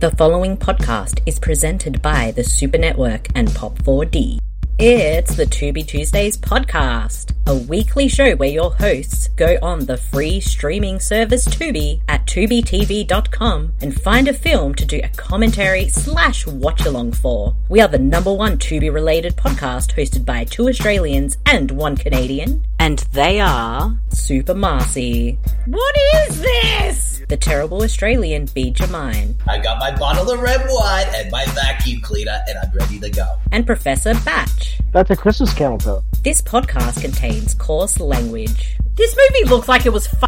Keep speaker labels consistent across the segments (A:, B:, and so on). A: The following podcast is presented by the Super Network and Pop4D. It's the To Be Tuesdays podcast, a weekly show where your hosts go on the free streaming service Tubi at tubitv.com and find a film to do a commentary slash watch along for. We are the number one Tubi related podcast hosted by two Australians and one Canadian, and they are Super Marcy. What is this? The terrible Australian B. Jamine
B: I got my bottle of red wine and my vacuum cleaner, and I'm ready to go.
A: and Professor Batch.
C: That's a Christmas Carol though.
A: This podcast contains coarse language. This movie looks like it was f-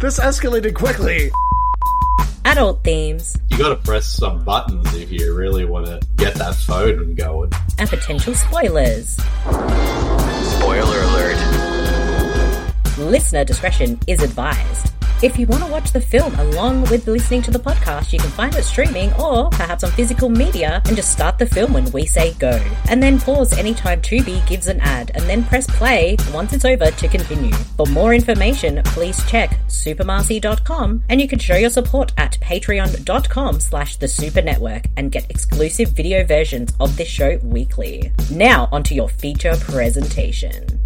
D: This escalated quickly.
A: adult themes
E: you gotta press some buttons if you really wanna get that phone going.
A: and potential spoilers.
F: Spoiler alert.
A: Listener discretion is advised. If you want to watch the film along with listening to the podcast, you can find it streaming or perhaps on physical media and just start the film when we say go. And then pause anytime Tubi gives an ad and then press play once it's over to continue. For more information, please check supermarcy.com and you can show your support at patreon.com slash the super network and get exclusive video versions of this show weekly. Now onto your feature presentation.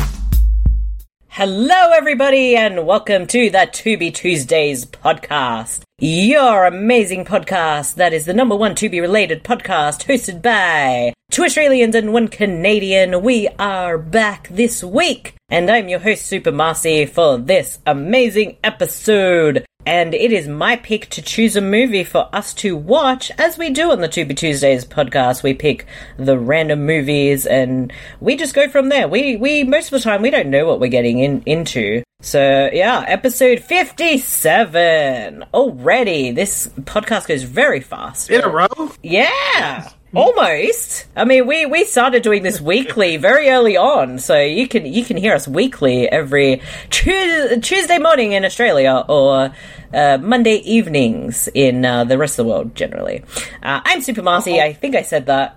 A: Hello, everybody, and welcome to the To Be Tuesdays podcast, your amazing podcast that is the number one To Be related podcast hosted by two Australians and one Canadian. We are back this week, and I'm your host, Super Marcy, for this amazing episode. And it is my pick to choose a movie for us to watch, as we do on the To Be Tuesdays podcast. We pick the random movies, and we just go from there. We we most of the time we don't know what we're getting in into. So yeah, episode fifty-seven already. This podcast goes very fast.
D: In a row?
A: Yeah. Almost. I mean, we, we started doing this weekly very early on, so you can you can hear us weekly every Tues- Tuesday morning in Australia or uh, Monday evenings in uh, the rest of the world generally. Uh, I'm Super Marcy. I think I said that.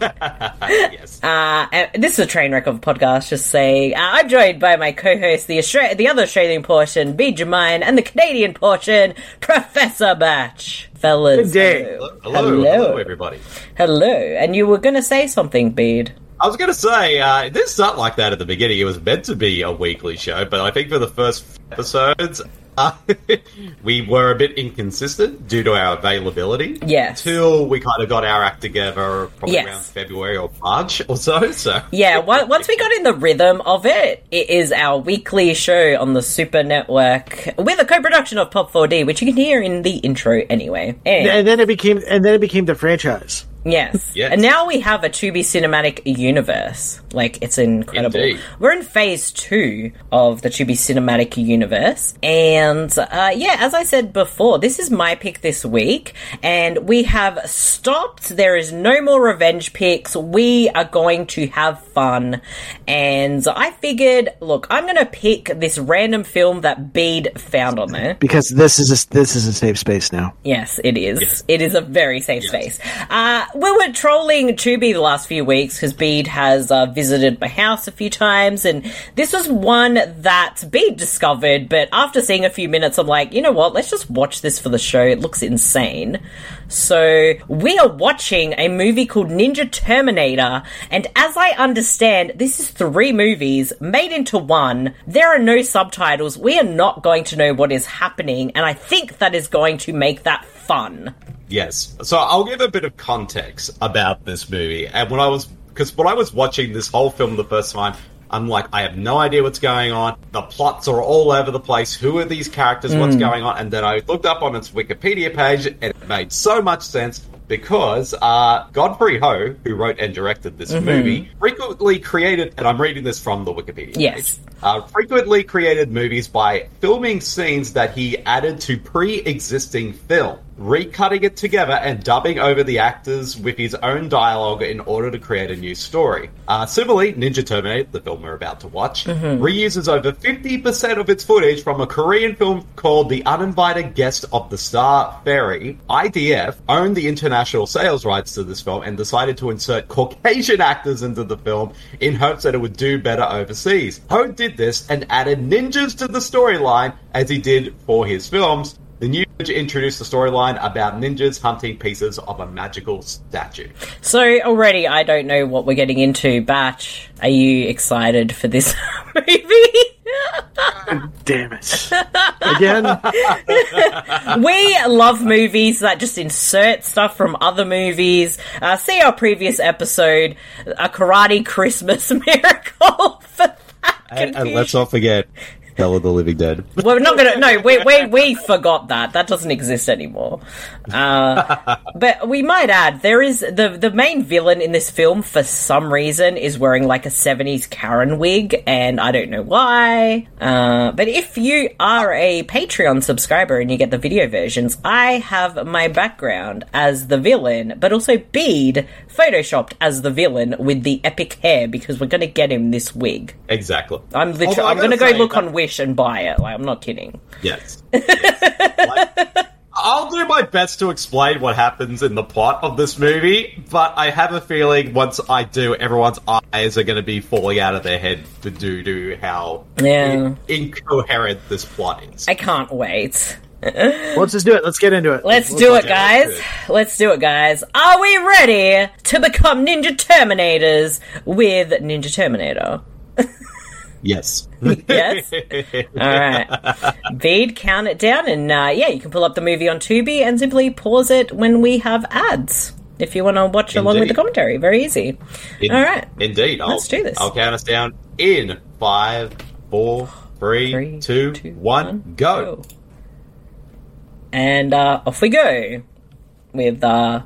E: Yes.
A: Uh, and this is a train wreck of a podcast. Just saying, uh, I'm joined by my co-host, the Austra- the other Australian portion, B. Jamine, and the Canadian portion, Professor Batch. Fellas,
D: Good day.
A: hello.
E: hello, hello,
A: Hello.
E: everybody.
A: Hello, and you were going to say something, Bede.
E: I was gonna say, uh, it didn't start like that at the beginning. It was meant to be a weekly show, but I think for the first few episodes, uh, we were a bit inconsistent due to our availability.
A: Yes.
E: Till we kind of got our act together, probably
A: Yes.
E: around February or March or so. So
A: Yeah, on- once we got in the rhythm of it, it is our weekly show on the Super Network with a co-production of Pop 4D, which you can hear in the intro anyway. And-
C: And then it became and then it became the franchise.
A: Yes.
E: Yes.
A: And now we have a 2B cinematic universe. Like, it's incredible.
E: Indeed.
A: We're in phase two of the 2B cinematic universe. And, uh, yeah, as I said before, this is my pick this week. And we have stopped. There is no more revenge picks. We are going to have fun. And I figured, look, I'm going to pick this random film that Bede found on there.
C: Because this is a, this is a safe space now.
A: Yes, it is. It is a very safe space. Uh, we were trolling Tubi the last few weeks because Bede has uh, visited my house a few times, and this was one that Bede discovered. But after seeing a few minutes, I'm like, you know what? Let's just watch this for the show. It looks insane. So we are watching a movie called Ninja Terminator, and as I understand, this is three movies made into one. There are no subtitles. We are not going to know what is happening, and I think that is going to make that fun.
E: Yes. So I'll give a bit of context about this movie. And when I was, because when I was watching this whole film the first time, I'm like, I have no idea what's going on. The plots are all over the place. Who are these characters? What's going on? And then I looked up on its Wikipedia page, and it made so much sense because uh, Godfrey Ho, who wrote and directed this movie, frequently created, and I'm reading this from the Wikipedia
A: Yes.
E: page, uh, frequently created movies by filming scenes that he added to pre existing film, recutting it together and dubbing over the actors with his own dialogue in order to create a new story. Uh, similarly, Ninja Terminator, the film we're about to watch, reuses over 50% of its footage from a Korean film called The Uninvited Guest of the Star Ferry. IDF owned the international sales rights to this film and decided to insert Caucasian actors into the film in hopes that it would do better overseas. Ho did this and added ninjas to the storyline as he did for his films. The new introduced the storyline about ninjas hunting pieces of a magical statue.
A: So already, I don't know what we're getting into. Batch, are you excited for this movie?
C: Damn it. Again?
A: we love movies that just insert stuff from other movies. Uh, see our previous episode, a Karate Christmas Miracle. For that
E: And, and
A: confusion.
E: let's not forget Hell of the Living Dead.
A: We're not gonna. No, we we we forgot that. That doesn't exist anymore. Uh, but we might add there is the the main villain in this film for some reason is wearing like a seventies Karen wig, and I don't know why. Uh, but if you are a Patreon subscriber and you get the video versions, I have my background as the villain, but also Bede photoshopped as the villain with the epic hair because we're gonna get him this wig.
E: Exactly.
A: I'm literally.
E: Although I
A: I'm gonna
E: gotta
A: go
E: say
A: look
E: that-
A: on Wish and buy it. Like, I'm not kidding.
E: Yes. Yes. Like, I'll do my best to explain what happens in the plot of this movie, but I have a feeling once I do, everyone's eyes are going to be falling out of their head to due to how
A: Yeah.
E: incoherent this plot is.
A: I can't wait.
C: Let's just do it. Let's get into it.
A: Let's do it,
E: do it.
A: guys. Let's do it, guys. Are we ready to become Ninja Terminators with Ninja Terminator?
E: yes.
A: Yes. All right. Bede, count it down, and uh, yeah, you can pull up the movie on Tubi and simply pause it when we have ads. If you want to watch along with
E: Indeed.
A: the commentary, very easy.
E: In-
A: All right.
E: Indeed. I'll,
A: Let's do this.
E: I'll count us down in five, four,
A: Three,
E: three, two,
A: two,
E: one,
A: one,
E: go.
A: And uh, off we go with uh,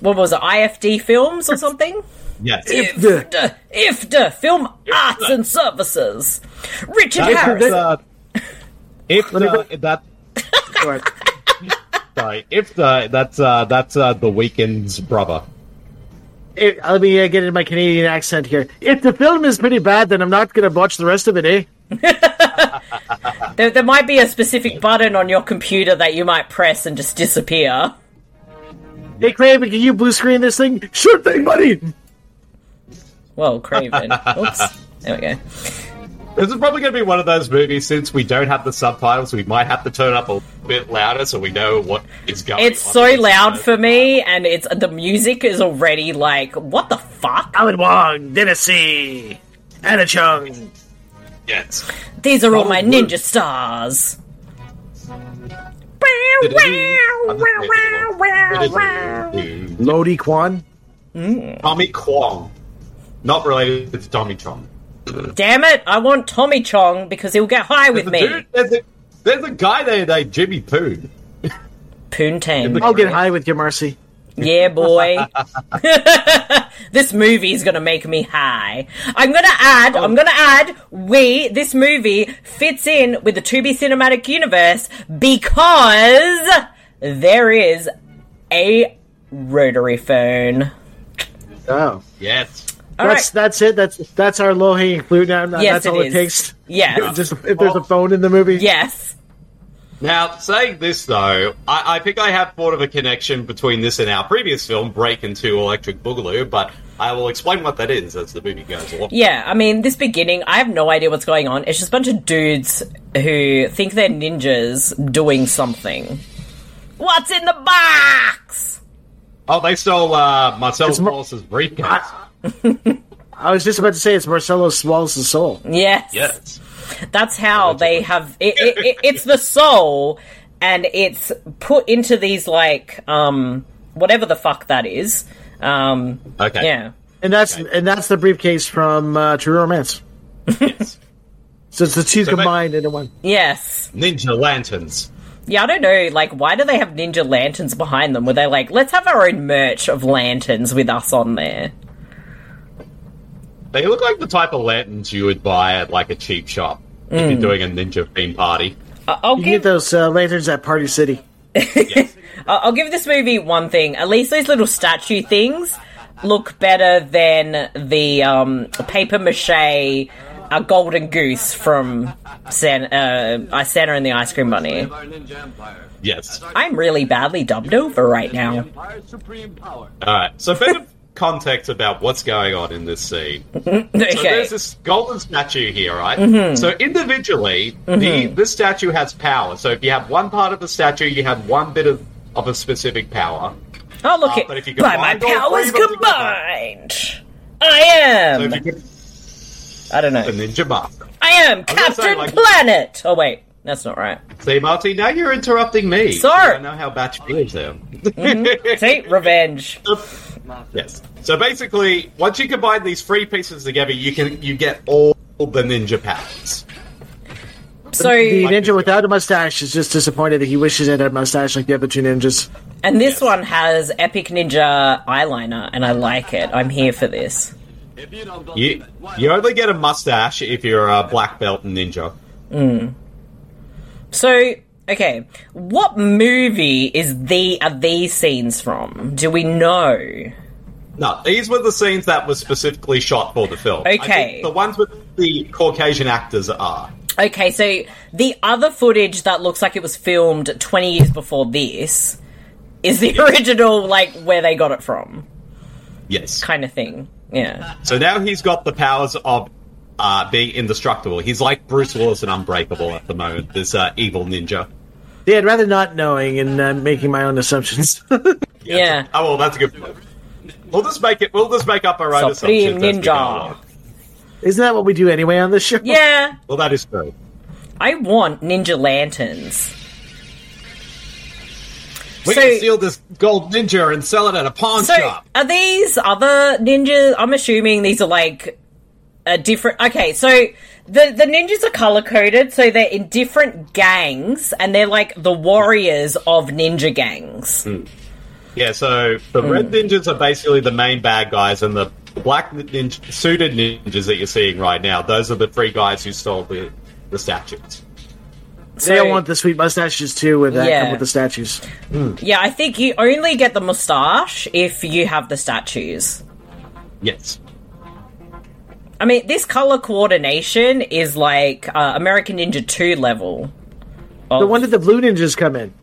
A: what was it? IFD Films or something?
E: Yes.
A: IFD, IFD Film Arts and Services. Richard Harris.
E: the, if the, that
C: Go ahead.
E: sorry, if the that's uh that's uh the weekend's brother.
C: It- let me uh, get into my Canadian accent here. If the film is pretty bad, then I'm not going to watch the rest of it, eh?
A: There, there might be a specific button on your computer that you might press and just disappear.
C: Hey, Craven, can you blue screen this thing? Sure thing, buddy!
A: Whoa, Craven. Oops. There we go.
E: This is probably going to be one of those movies since we don't have the subtitles. We might have to turn up a bit louder so we know what is going.
A: It's
E: on.
A: so loud for me, and it's the music is already like, what the fuck?
C: Alan Wong, Tennessee, Anna Chung.
E: Yes.
A: These are all my
E: Probably.
A: ninja stars. Wow, wow, wow, wow, wow, wow.
C: Lodi Kwan.
A: Mm.
E: Tommy Kwong, not related to Tommy Chong.
A: Damn it, I want Tommy Chong because he'll get high with
E: There's a
A: me.
E: dude- there's, a, there's a guy there named Jimmy Poon.
A: Poontang.
C: I'll get high with you, Marcy.
A: Yeah, boy. this movie is gonna make me high. I'm gonna add, I'm gonna add, we, this movie fits in with the 2B cinematic universe because there is a rotary phone.
C: Oh.
E: Yes.
A: All
C: that's
A: right.
C: that's it. That's that's our low hanging fruit now. Now
A: Yes,
C: that's
A: it
C: all it
A: is.
C: takes.
A: Yes.
C: Just if there's a phone in the movie.
A: Yes.
E: Now, saying this though, I, I think I have thought of a connection between this and our previous film, Break into Electric Boogaloo, but I will explain what that is as the movie goes along.
A: Yeah, I mean, this beginning, I have no idea what's going on. It's just a bunch of dudes who think they're ninjas doing something. What's in the box?
E: Oh, they stole uh, Marcel
C: Mar-
E: Wallace's briefcase.
C: I was just about to say it's Marcelo Wallace's soul.
A: Yes.
E: yes.
A: That's how they have it, it, it, it's the soul and it's put into these like um whatever the fuck that is. Um
E: Okay.
A: yeah.
C: And that's and that's the briefcase from uh, True Romance.
E: Yes.
C: So it's the two
E: ma-
C: combined into one.
A: Yes.
E: Ninja lanterns.
A: Yeah, I don't know. Like, why do they have ninja lanterns behind them? Were they like, let's have our own merch of lanterns with us on there?
E: They look like the type of lanterns you would buy at like a cheap shop if
A: Mm.
E: you're doing a ninja theme party.
A: I- I'll
C: You can
A: give
C: get those uh, lanterns at Party City.
A: I- I'll give this movie one thing. At least those little statue things look better than the um, paper mache uh, golden goose from San- uh, I- Santa and the Ice Cream Bunny.
E: Yes.
A: I'm really badly dubbed over right now.
E: All right. So, better context about what's going on in this scene. So
A: Okay. Mm-hmm.
E: there's this golden statue here, right? So individually, the this statue has power. So if you have one part of the statue, you have one bit of, of a specific power.
A: oh, look
E: uh,
A: it.
E: but if you
A: By my
E: combine all
A: powers
E: three of them
A: combined, I
E: So
A: am.
E: if you get
A: I don't
E: the
A: know.
E: ninja master.
A: I am
E: gonna say,
A: Captain
E: like-
A: Planet. Oh wait, that's not right.
E: See, Marty, now you're interrupting me.
A: Sir!
E: I don't know how Batch feels there.
A: See, revenge.
E: yes. So basically, once you combine these three pieces together, you can you get all the ninja powers.
A: So,
C: The
E: Like this
C: ninja without a mustache is just disappointed that he wishes it had a mustache like the other two ninjas.
A: and this one has epic ninja eyeliner, and I like it. I'm here for this.
E: You you only get a mustache if you're a black belt ninja.
A: So, okay, what movie is the are these scenes from? Do we know?
E: No, these were the scenes that were specifically shot for the film. I think
A: Okay.
E: the ones with the Caucasian actors are.
A: Okay, so the other footage that looks like it was filmed 20 years before this is the original, like, where they got it from,
E: Yes.
A: kind of thing. Yeah.
E: So now he's got the powers of uh, being indestructible. He's like Bruce Willis and Unbreakable at the moment, this uh, evil ninja.
C: Yeah, I'd rather not knowing and uh, making my own assumptions.
A: Yeah.
E: Oh, well, that's a good point. We'll just make it. We'll just make up our own
A: Supreme
E: assumptions. as we
A: Ninja.
E: go along.
C: Isn't that what we do anyway on this show?
A: Yeah.
E: Well, that is true.
A: I want ninja lanterns.
E: We
A: So-
E: can steal this gold ninja and sell it at a pawn
A: So,
E: shop.
A: are these other ninjas? I'm assuming these are like a different. Okay, so the the ninjas are color coded, so they're in different gangs, and they're like the warriors of ninja gangs.
E: Hmm. Yeah. So the red ninjas are basically the main bad guys, and the black ninja, suited ninjas that you're seeing right now. Those are the three guys who stole the the statues.
A: So,
C: They all want the sweet mustaches too, with that
A: Yeah.
C: come with the statues.
A: Yeah, I think you only get the mustache if you have the statues.
E: Yes.
A: I mean, this color coordination is like uh, American Ninja Two level.
C: But when did the blue ninjas come in?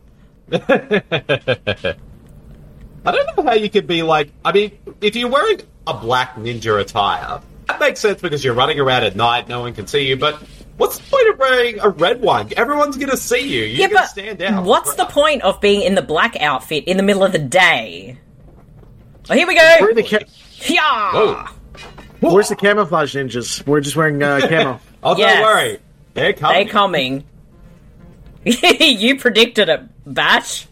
E: I don't know how you could be like. I mean, if you're wearing a black ninja attire, that makes sense because you're running around at night, no one can see you. But what's the point of wearing a red one? Everyone's gonna see you.
A: yeah,
E: You're gonna
A: but
E: stand out.
A: what's the point of being in the black outfit in the middle of the day? Oh, here we go.
C: Where the ca-
A: Yeah.
E: Whoa.
C: Where's the camouflage ninjas? We're just wearing uh, camo.
E: Oh,
A: Yes.
E: don't worry. They're coming.
A: They coming. you predicted it, Batch.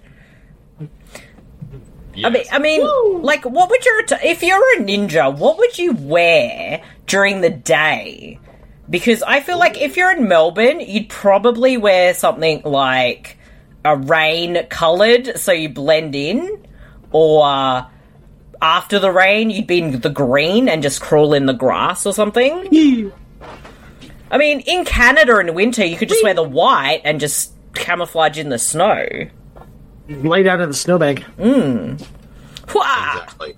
A: I mean, I mean, like, what would your att- if you're a ninja? What would you wear during the day? Because I feel like if you're in Melbourne, you'd probably wear something like a rain coloured, so you blend in, or after the rain, you'd be in the green and just crawl in the grass or something. I mean, in Canada in winter, you could just wear the white and just camouflage in the snow.
C: Lay down in the snowbank.
A: Wah!
E: Exactly.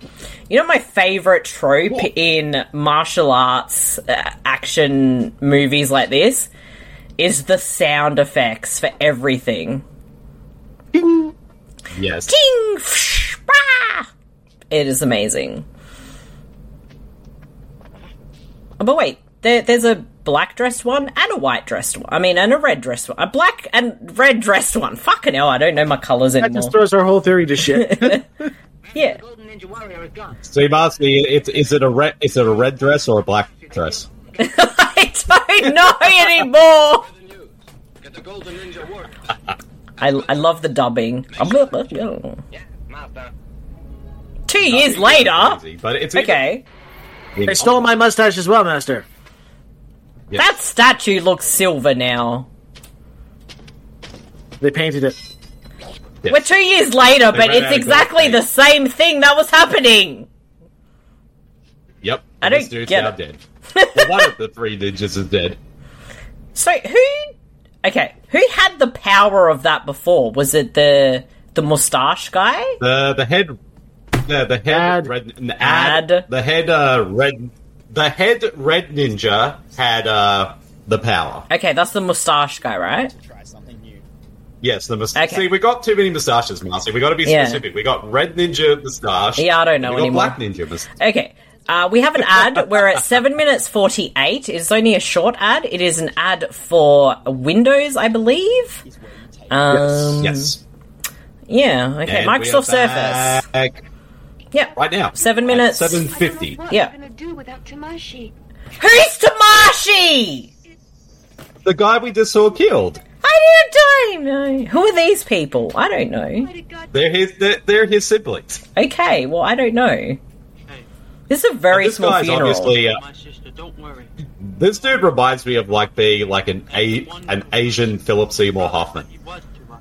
A: You know, my favorite trope in martial arts uh, action movies like this is the sound effects for everything.
E: Yes.
A: Ding! Fsh! Bah! It is amazing. Oh, but wait, there, there's a black dressed one and a white dressed one. I mean, and a red dressed one. A black and red dressed one. Fucking hell, I don't know my colors
C: That
A: anymore.
C: just throws our whole theory to shit.
A: yeah.
E: See, Marcy, it's is it a red? Is it a red dress or a black dress?
A: I don't know anymore.
F: Get the golden ninja war.
A: I, I love the dubbing.
F: Yeah, master.
A: Two years later.
E: Easy, but it's
A: Okay.
E: even-
C: they stole my mustache as well, Master.
E: Yes.
A: That statue looks silver now.
C: They painted it.
E: Yes.
A: We're two years later, but
E: ran out of
A: it's
E: gold
A: exactly
E: paint.
A: the same thing that was happening.
E: Yep.
A: I
E: This
A: don't
E: dude's
A: get
E: now
A: it.
E: dead. Well, one of the three ninjas is dead.
A: So who? Okay, who had the power of that before? Was it the the mustache guy?
E: The the head, the the head
C: Ad.
E: red n- ad,
A: Ad.
E: the head uh red the head red ninja had uh the power.
A: Okay, that's the mustache guy, right?
E: Yes, the mustache.
A: Okay.
E: See, we got too many moustaches, Marcy. We got to be
A: Yeah.
E: specific. We got red ninja moustache.
A: Yeah, I don't know
E: we got
A: anymore.
E: black ninja moustache.
A: Okay. Uh, we have an ad. We're at 7 minutes 48. It's only a short ad. It is an ad for Windows, I believe. Um,
E: yes.
A: Yeah. Okay.
E: And we are
A: Microsoft Surface.
E: back
A: Yep.
E: Right now.
A: Seven minutes.
G: I
E: Seven
G: don't
E: fifty.
G: know what
A: Yeah.
G: I'm gonna do without Tamashi.
A: Who's Tamashi?
E: The guy we just saw killed.
A: I don't know. Who are these people? I don't know.
G: Might have got
E: They're his. They're, they're his siblings.
A: Okay. Well, I don't know. This is a very
E: This
A: small
E: guy's
A: funeral.
E: obviously. Uh,
F: My sister, don't worry.
E: this dude reminds me of like being like an a an Asian Philip Seymour Hoffman.
F: He was too much.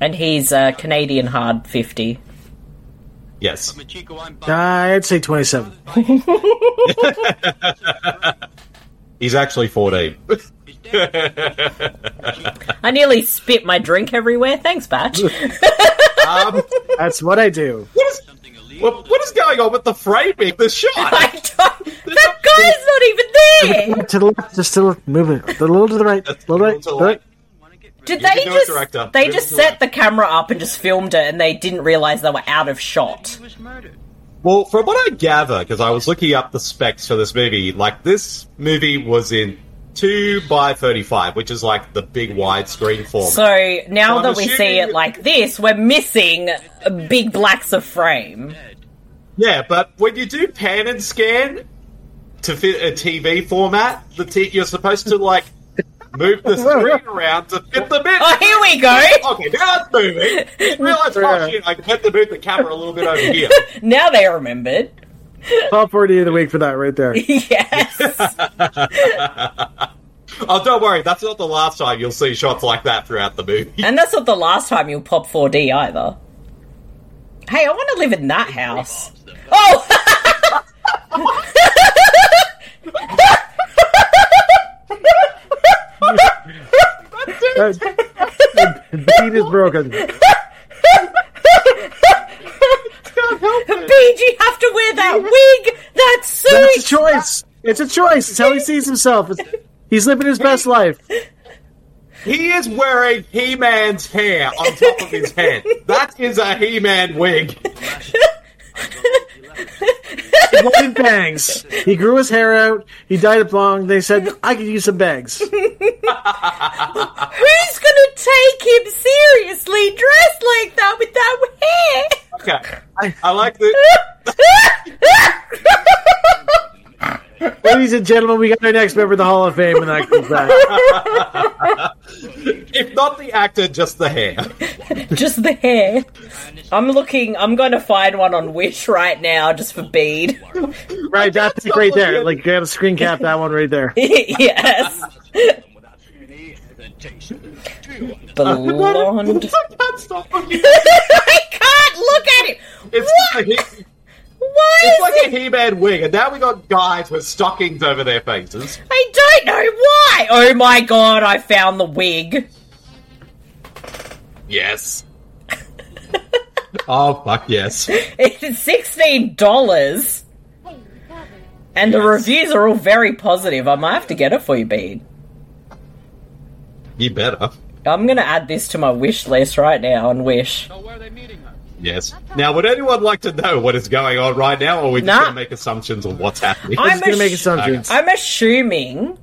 A: And he's uh, Canadian hard 50.
E: Yes.
F: Machiko, I'm
C: Uh,
F: bummed.
C: I'd say 27.
E: He's actually fourteen.
F: He's dead.
A: I nearly spit my drink everywhere. Thanks, Batch.
E: Um,
C: That's what I do.
E: what is
F: Something illegal.
E: what, what is going on with the framing? of The shot.
A: I don't, that guy's not even there.
C: To the left, just to the left, move it. A little to the right, a little right,
E: To
C: to
E: the
C: the
E: left.
C: right.
F: Wanna get rid
A: Did
E: You
A: they
E: can do it,
A: just
E: director.
A: they
E: Do it,
A: just
E: director.
A: set the camera up and just filmed it, and they didn't realize they were out of shot?
F: He was murdered.
E: Well, from what I gather, because I was looking up the specs for this movie, like this movie was in two by thirty-five, which is like the big widescreen format.
A: So now
E: So I'm
A: that we see
E: assuming-
A: it like this, we're missing uh, big blacks of frame.
E: yeah, but when you do pan and scan to fit a TV format, the t- you're supposed to like move the screen around to fit the bit.
A: Oh, here we go.
E: Okay, now it's moving. Just realized, oh shit, I had to move the camera a little bit over here.
A: Now they remembered.
C: Top 40 of the week for that right there.
A: Yes.
E: Oh, don't worry, that's not the last time you'll see shots like that throughout the movie.
A: and that's not the last time you'll pop 4D either. Hey, I want to live in that house. Oh!
C: Uh, beat is broken.
A: Beej, you have to wear that wig, that
C: That's a
A: suit.
C: choice. It's a choice. It's how he sees himself. It's, he's living his best life.
E: He is wearing He Man's hair on top of his head. That is a He Man wig.
C: Golden bangs. He grew his hair out. He dyed it blonde. They said, I could use some bangs.
A: Who's gonna take him seriously, dressed like that with that hair?
E: Okay. I, I like the.
C: Ladies and gentlemen, we got our next member of the Hall of Fame, and that comes back.
E: If not the actor, just the hair.
A: Just the hair. I'm looking. I'm going to find one on Wish right now, just for bead.
C: Right, that's
E: so
C: right there.
E: good.
C: Like, grab a screen cap that one right there.
A: yes,
F: Without any hesitation.
A: blonde.
E: I can't stop looking.
A: I can't look at it.
E: It's,
A: what?
E: like a He-
A: Why
E: it's
A: is
E: like a
A: it?
E: He Man wig, and now we got guys with stockings over their faces.
A: I don't know why. Oh my god! I found the wig.
E: Yes. Oh, fuck yes.
A: It's sixteen dollars.
G: hey, Father.
A: And the reviews are all very positive. I might have to get it for you, Bean.
E: You better.
A: I'm going to add this to my wish list right now on Wish.
F: So where are they meeting us?
E: Yes. Now, would anyone like to know what is going on right now, or are we just
A: Nah.
E: going to make assumptions of what's happening?
A: I'm,
C: It's gonna make
A: ass-
C: assumptions.
A: I'm assuming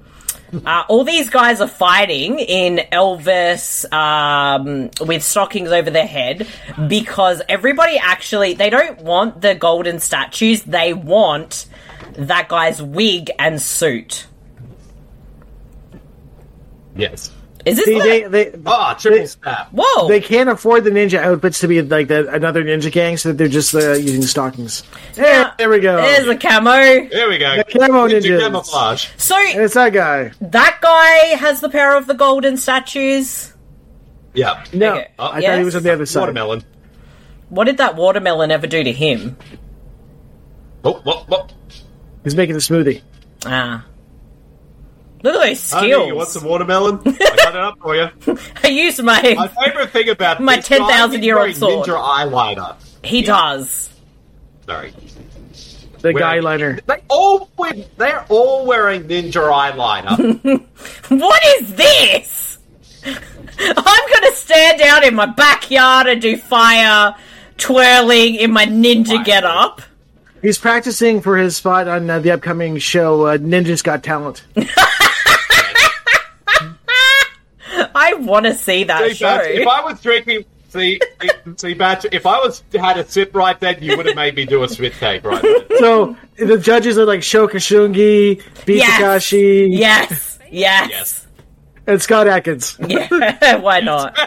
A: uh, all these guys are fighting in Elvis um, with stockings over their head because everybody actually they don't want the golden statues. They want that guy's wig and suit.
E: Yes.
A: Is this
C: See,
A: like-
C: they, they,
E: Ah, triple snap.
A: whoa?
C: they can't afford the ninja outfits to be like the, another ninja gang, so they're just uh, using stockings. There, there we go.
A: There's a camo.
E: There we go.
C: camo
E: Ninja
C: ninjas.
E: camouflage.
A: So
C: It's that guy.
A: that guy has the pair of the golden statues.
E: Yeah.
C: No,
A: Okay.
C: I
A: Yes.
C: thought he was on the other side.
E: Watermelon.
A: What did that watermelon ever do to him?
E: Oh, what, what?
C: He's making a smoothie.
A: Ah. Look at those
E: Honey, Oh, you want
A: skills.
E: some watermelon? I got it up for you.
A: I used my.
E: My favorite thing about
A: My
E: this guy,
A: 10,000
E: he's
A: year old
E: wearing
A: sword.
E: Ninja eyeliner.
A: he does.
E: Sorry.
C: The
E: Where-
C: guy liner.
E: They all wear, they're all wearing ninja eyeliner.
A: What is this? I'm gonna stand out in my backyard and do fire twirling in my ninja get up.
C: He's practicing for his spot on uh, the upcoming show, uh, Ninjas Got Talent.
A: I want to see that
E: See,
A: show.
E: Batch, if I was drinking, see, see, see, Batch, if I was had a sip right then, you would have made me do a spit take right then.
C: So the judges are like Sho Kashungi, B.
A: Yes.
C: Takashi,
A: Yes, yes,
E: Yes.
C: and Scott Atkins.
A: yeah. Why not?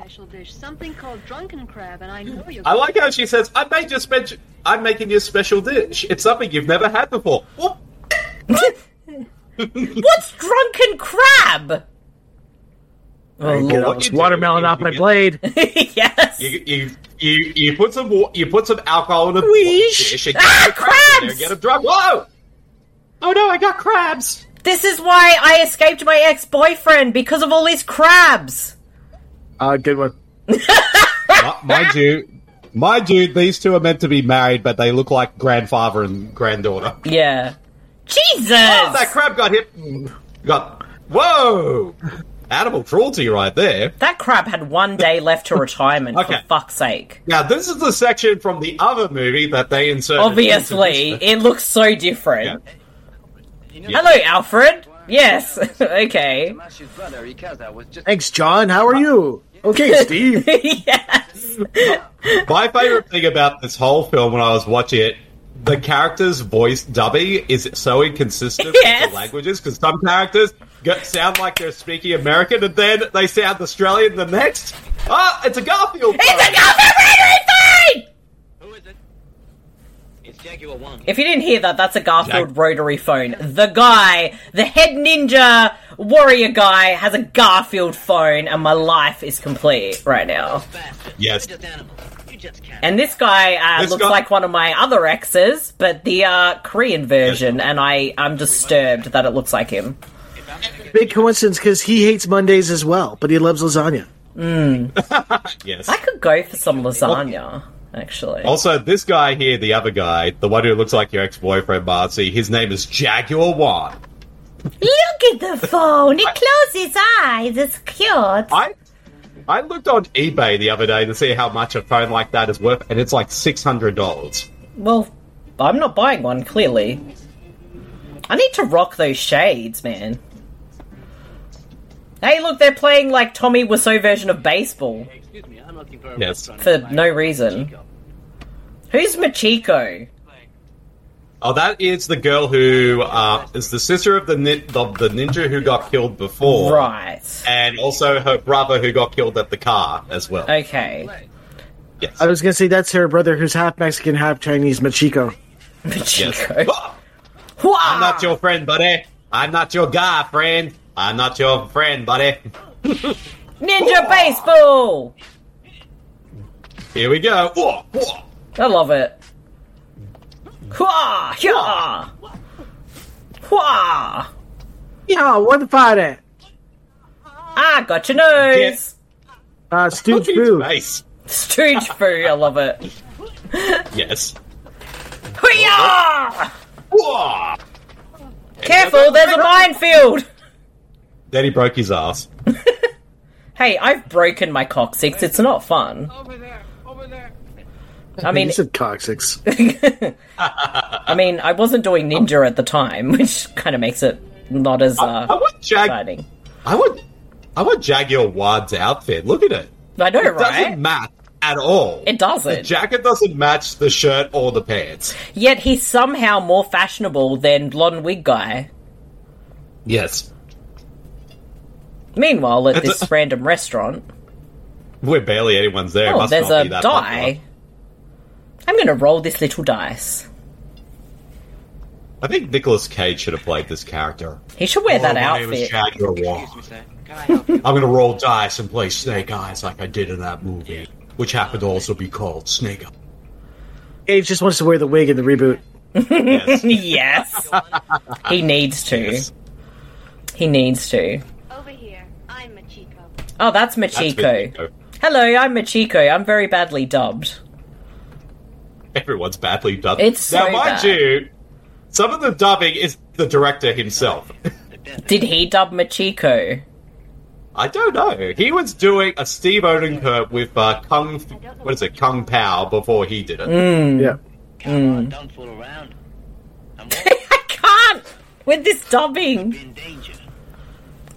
G: Special dish, something called drunken crab, and I know you're.
E: I like how she says, "I made your special. I'm making you a special dish. It's something you've never had before." What?
A: What's drunken crab? Oh,
C: Get
E: What
C: all
E: you
C: this
E: do-
C: watermelon off my blade.
A: Lord. yes.
E: You, you, you, you put some wa- you put some alcohol in a
C: Weesh.
E: dish and
A: Ah,
E: get, crabs in there
A: crabs!
E: and get them drunk. Whoa! Oh no, I got crabs.
A: This is why I escaped my ex-boyfriend because of all his crabs.
C: Uh, good one.
E: Uh, mind you, mind you, these two are meant to be married, but they look like grandfather and granddaughter.
A: Yeah. Jesus.
E: Oh, that crab got hit. Got whoa! Animal cruelty right there.
A: That crab had one day left to retirement,
E: Okay.
A: for fuck's sake.
E: Now this is the section from the other movie that they inserted.
A: Obviously,
E: into this-
A: it looks so different.
F: You know,
A: Hello, Alfred. Yes, okay.
F: Mashi's brother, Ikaza, was just
C: Thanks, John. How are you? Okay, Steve.
A: yes.
E: My favorite thing about this whole film when I was watching it, the characters' voice dubbing is so inconsistent
A: Yes.
E: with the languages because some characters go, sound like they're speaking American and then they sound Australian the next. Ah, it's a Garfield.
A: It's a
E: film.
A: Garfield rotary phone!
F: Who is it? It's Jaguar One.
A: If you didn't hear that, that's a Garfield
E: Jack-
A: rotary phone. The guy, the head ninja warrior guy, has a Garfield phone, and my life is complete right now.
F: Bastard.
E: Yes.
F: They're just animals. You just can't.
A: And this guy uh,
E: This
A: looks
E: guy-
A: like one of my other exes, but the uh, Korean version, and I, I'm disturbed that it looks like him.
C: Big coincidence because he hates Mondays as well, but he loves lasagna.
E: Yes.
A: I could go for some lasagna, actually.
E: Also, this guy here, the other guy, the one who looks like your ex-boyfriend, Marcy, his name is Jaguar One.
A: Look at the phone. It closes its eyes. It's cute.
E: I I looked on eBay the other day to see how much a phone like that is worth, and it's like six hundred dollars.
A: Well, I'm not buying one, clearly. I need to rock those shades, man. Hey, look, they're playing like Tommy Wiseau version of baseball
F: Excuse me, I'm looking for a
E: Yes.
F: restaurant
A: for
F: nearby.
A: no reason.
F: Chico.
A: Who's Machiko?
E: Oh, that is the girl who uh, is the sister of the nin- of the ninja who got killed before,
A: Right.
E: And also her brother who got killed at the car as well.
A: Okay.
E: Yes.
C: I was gonna say that's her brother, who's half Mexican, half Chinese, Machiko.
E: yes.
A: Machiko.
E: Ah,
A: Wah!
E: I'm not your friend, buddy. I'm not your guy, friend. I'm not your friend, buddy.
A: Ninja baseball!
E: Here we go. Whoa, whoa.
A: I love it. Hua! Hua! Hua!
C: Yeah, what the fighter?
A: I got your Ah, nose!
C: Uh, Stooge
E: Look at
C: Boo.
E: his face.
A: Stooge foo, I love it.
E: Yes.
A: Hua!
E: Whoa.
A: Careful, there's a minefield!
E: Then he broke his ass.
A: Hey, I've broken my coccyx. It's not fun.
F: Over there, over there.
A: I mean,
C: He said coccyx.
A: I mean, I wasn't doing ninja at the time, which kind of makes it not as
E: I
A: uh,
E: want Jag.
A: exciting.
E: I want. I want Jaguar Ward's outfit. Look at it.
A: I know,
E: Doesn't
A: right?
E: match at all.
A: It doesn't.
E: Jacket doesn't match the shirt or the pants.
A: Yet he's somehow more fashionable than blonde wig guy.
E: Yes.
A: Meanwhile, at
E: It's
A: this random restaurant,
E: We're barely anyone's there. It
A: oh,
E: must
A: there's
E: not
A: a
E: be that
A: die.
E: popular.
A: I'm going to roll this little dice.
E: I think Nicolas Cage should have played this character.
A: He should wear that
E: Oh, my name
A: outfit.
E: is Jaguar
F: Excuse me,
E: Ward.
F: sir. Can I help you?
E: I'm going to roll dice and play Snake Eyes like I did in that movie, which happened to also be called Snake Eyes.
C: Age just wants to wear the wig in the reboot.
E: Yes.
A: yes, he needs to.
E: Yes.
A: He needs to.
G: Over here, I'm Machiko.
A: Oh, that's
E: That's
A: Machiko.
E: Machiko.
A: Hello, I'm Machiko. I'm very badly dubbed.
E: Everyone's badly dubbed.
A: It's
E: now,
A: so
E: mind
A: bad.
E: you, some of the dubbing is the director himself.
A: Did he dub Machiko?
E: I don't know. He was doing a Steve Odenkirk with uh, Kung. What is it? Kung Pao before he did it.
A: Mm.
C: Yeah.
F: Come on, don't fool around. I'm
A: I can't with this dubbing.
F: in danger.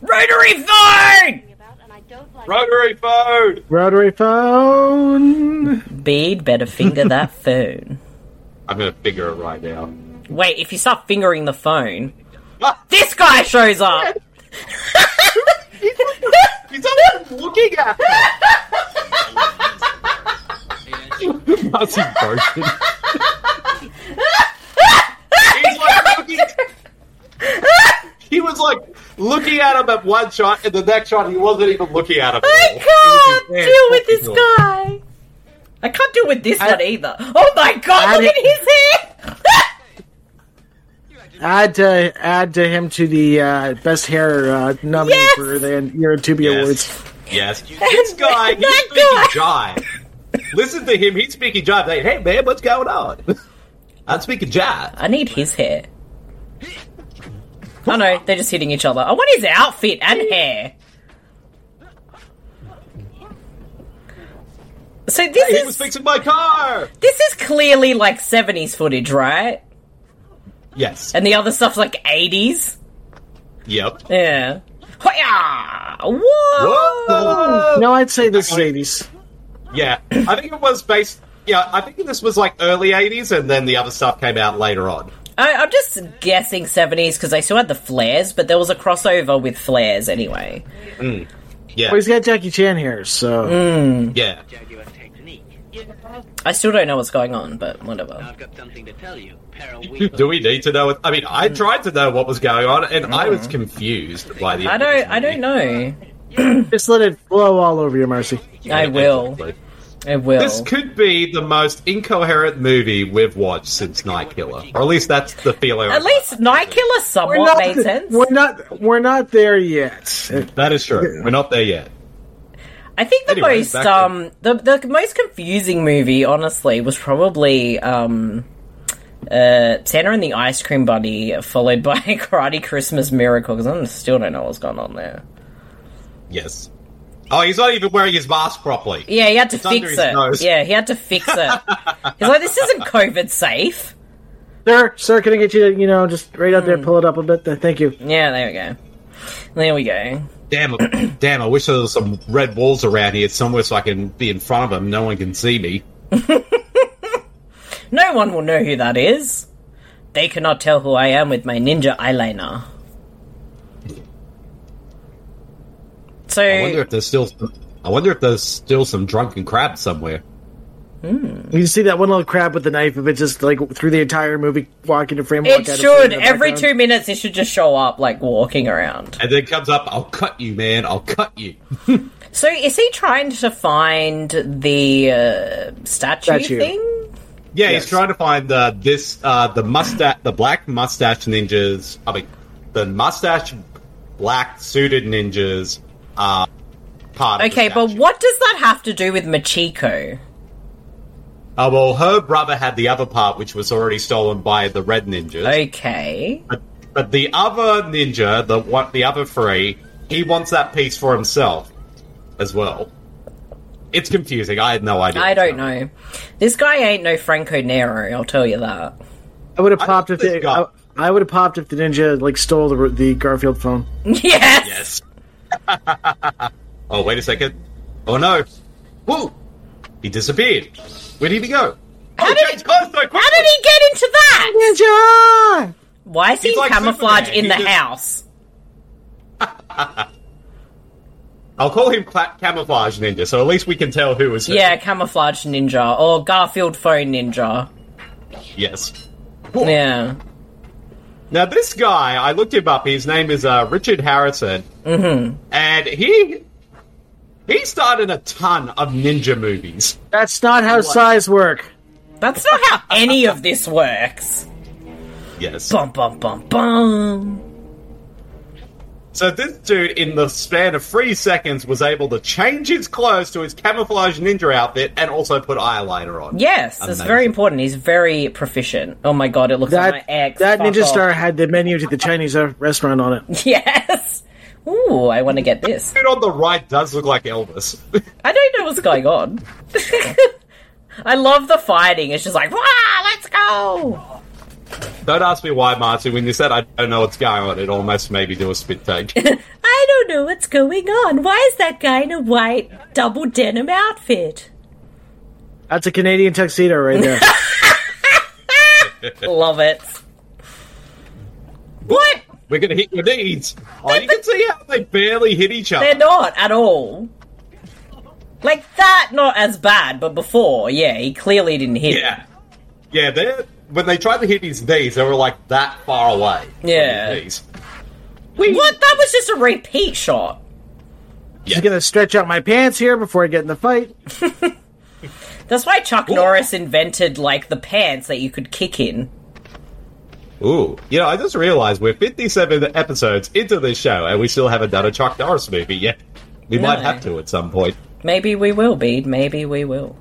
A: Rotary phone.
G: About, and I don't like
E: Rotary phone.
C: Rotary phone.
A: Bead better finger that phone.
E: I'm gonna figure it right now.
A: Wait, if you start fingering the phone,
E: Ah,
A: this guy shows up.
E: he's not even looking at. me. That's emotion. He's like looking. He was like looking at him at one shot, and the next shot he wasn't even looking at him. at all. He was
A: I
E: just
A: can't
E: there
A: deal with this
E: talking to him.
A: guy. I can't deal with this one either. Oh my god, look
C: Add
A: at his hair!
C: Add to add to him to the uh, best hair uh, nominee
A: Yes!
C: for the Year in Tubi
E: Yes.
C: Awards.
E: Yes, this guy, he's
A: That
E: speaking jive. Listen to him, he's speaking jive. Like, hey man, what's going on? I'm speaking jive.
A: I need his hair. Oh no, they're just hitting each other. I want his outfit and hair. So this
E: He was
A: is
E: fixing my car.
A: this is clearly like seventies footage, right?
E: Yes.
A: And the other stuff's like eighties.
E: Yep.
A: Yeah. Hoya! Whoa!
E: Whoa!
C: No, I'd say this is eighties.
E: Yeah, I think it was based. Yeah, I think this was like early '80s, and then the other stuff came out later on.
A: I, I'm just guessing seventies because they still had the flares, but there was a crossover with flares anyway.
E: Yeah,
C: Well, he's got Jackie Chan hair, so
E: yeah.
F: Jaguar technique.
A: I still don't know what's going on, but whatever.
F: I've got something to tell you. Para
E: Do we need to know? What, I mean, I
A: Mm.
E: tried to know what was going on, and I was confused by the.
A: Mm-hmm. I don't. I don't know.
C: just let it flow all over you, Marcy.
A: I will. I will.
E: This could be the most incoherent movie we've watched since Night Killer, or at least that's the feeling.
A: At least Night Killer somewhat made sense.
C: We're not. We're not there yet.
E: that is true. We're not there yet.
A: I think the
E: Anyway,
A: most
E: back to-
A: um the the most confusing movie, honestly, was probably um uh Santa and the Ice Cream Bunny, followed by Karate Christmas Miracle, because I still don't know what's going on there.
E: Yes. Oh, he's not even wearing his mask properly.
A: Yeah, he had to
E: under
A: fix
E: his
A: it.
E: nose.
A: Yeah, he had to fix it. He's like, this isn't COVID safe.
C: Sir, sir, can I get you to you know just right out there,
A: Hmm.
C: pull it up a bit? There. Thank you.
A: Yeah, there we go. There we go.
E: Damn, damn! I wish there was some red walls around here somewhere so I can be in front of him. No one can see me.
A: No one will know who that is. They cannot tell who I am with my ninja eyeliner. So
E: I wonder if there's still. I wonder if there's still some drunken crab somewhere.
C: You see that one little crab with the knife of it just like through the entire movie walking to frame.
A: It should. Every two minutes, it should just show up, like walking around.
E: And then comes up, I'll cut you, man. I'll cut you.
A: So, is he trying to find the uh, statue,
C: Statue.
A: thing?
E: Yeah,
C: Yes.
E: he's trying to find uh, this uh, the mustache, the black mustache ninjas. I mean, the mustache black suited ninjas. Uh, part.
A: Okay,
E: of the
A: but
E: statue.
A: what does that have to do with Machiko?
E: Uh, well, her brother had the other part, which was already stolen by the red ninjas.
A: Okay.
E: But, but the other ninja, the what, the other three, he wants that piece for himself as well. It's confusing. I had no idea.
A: I don't know. This guy ain't no Franco Nero, I'll tell you that.
C: I would have
E: I
C: popped if
E: think
C: the,
E: this guy-
C: I, would have popped if the ninja like stole the the Garfield phone.
A: Yes!
E: Yes. oh wait a second. Oh no. Whoa. He disappeared. Where did he go? How oh,
A: did
E: James Costa, quickly!
A: How did he get into that?
C: Ninja!
A: Why is he
E: He's like
A: camouflage
E: Superman.
A: in
E: He
A: the
E: just-
A: house?
E: I'll call him cla- camouflage ninja, so at least we can tell who was who.
A: Yeah, camouflage ninja or Garfield phone ninja.
E: Yes.
A: Yeah.
E: Now this guy, I looked him up. His name is uh, Richard Harrison, mm-hmm. and he he started a ton of ninja movies.
C: That's not how size work.
A: That's not how any of this works.
E: Yes.
A: Bum bum bum bum.
E: So this dude, in the span of three seconds, was able to change his clothes to his camouflage ninja outfit and also put eyeliner on.
A: Yes, it's
E: Amazing.
A: very important. He's very proficient. Oh my god, it looks like
C: That
A: my ex.
C: that
A: Fuck
C: ninja
A: off.
C: star had the menu to the Chinese uh, restaurant on it.
A: Yes. Ooh, I want to get this.
E: Dude on the right does look like Elvis.
A: I don't know what's going on. I love the fighting. It's just like, wow, let's go.
E: don't ask me why, Marty. When you said I don't know what's going on, it almost made me do a spit take.
A: I don't know what's going on. Why is that guy in a white double denim outfit?
C: That's a Canadian tuxedo right there.
A: Love it. What?
E: We're gonna hit your knees. Oh, you can see how they barely hit each
A: They're
E: other.
A: not at all. Like that, not as bad, but before, yeah, he clearly didn't hit. it.
E: Yeah, yeah. They are when they tried to hit his knees, they were like that far away. from
A: Yeah.
E: his knees.
A: What? That was just a repeat shot.
C: Just gonna stretch out my pants here before I get in the fight.
A: That's why Chuck Norris invented like the pants that you could kick in.
E: Ooh, you know, I just realized we're 57 episodes into this show and we still haven't done a Chuck Norris movie yet. We might
A: Really?
E: have to at some point.
A: Maybe we will, Bede. Maybe we will.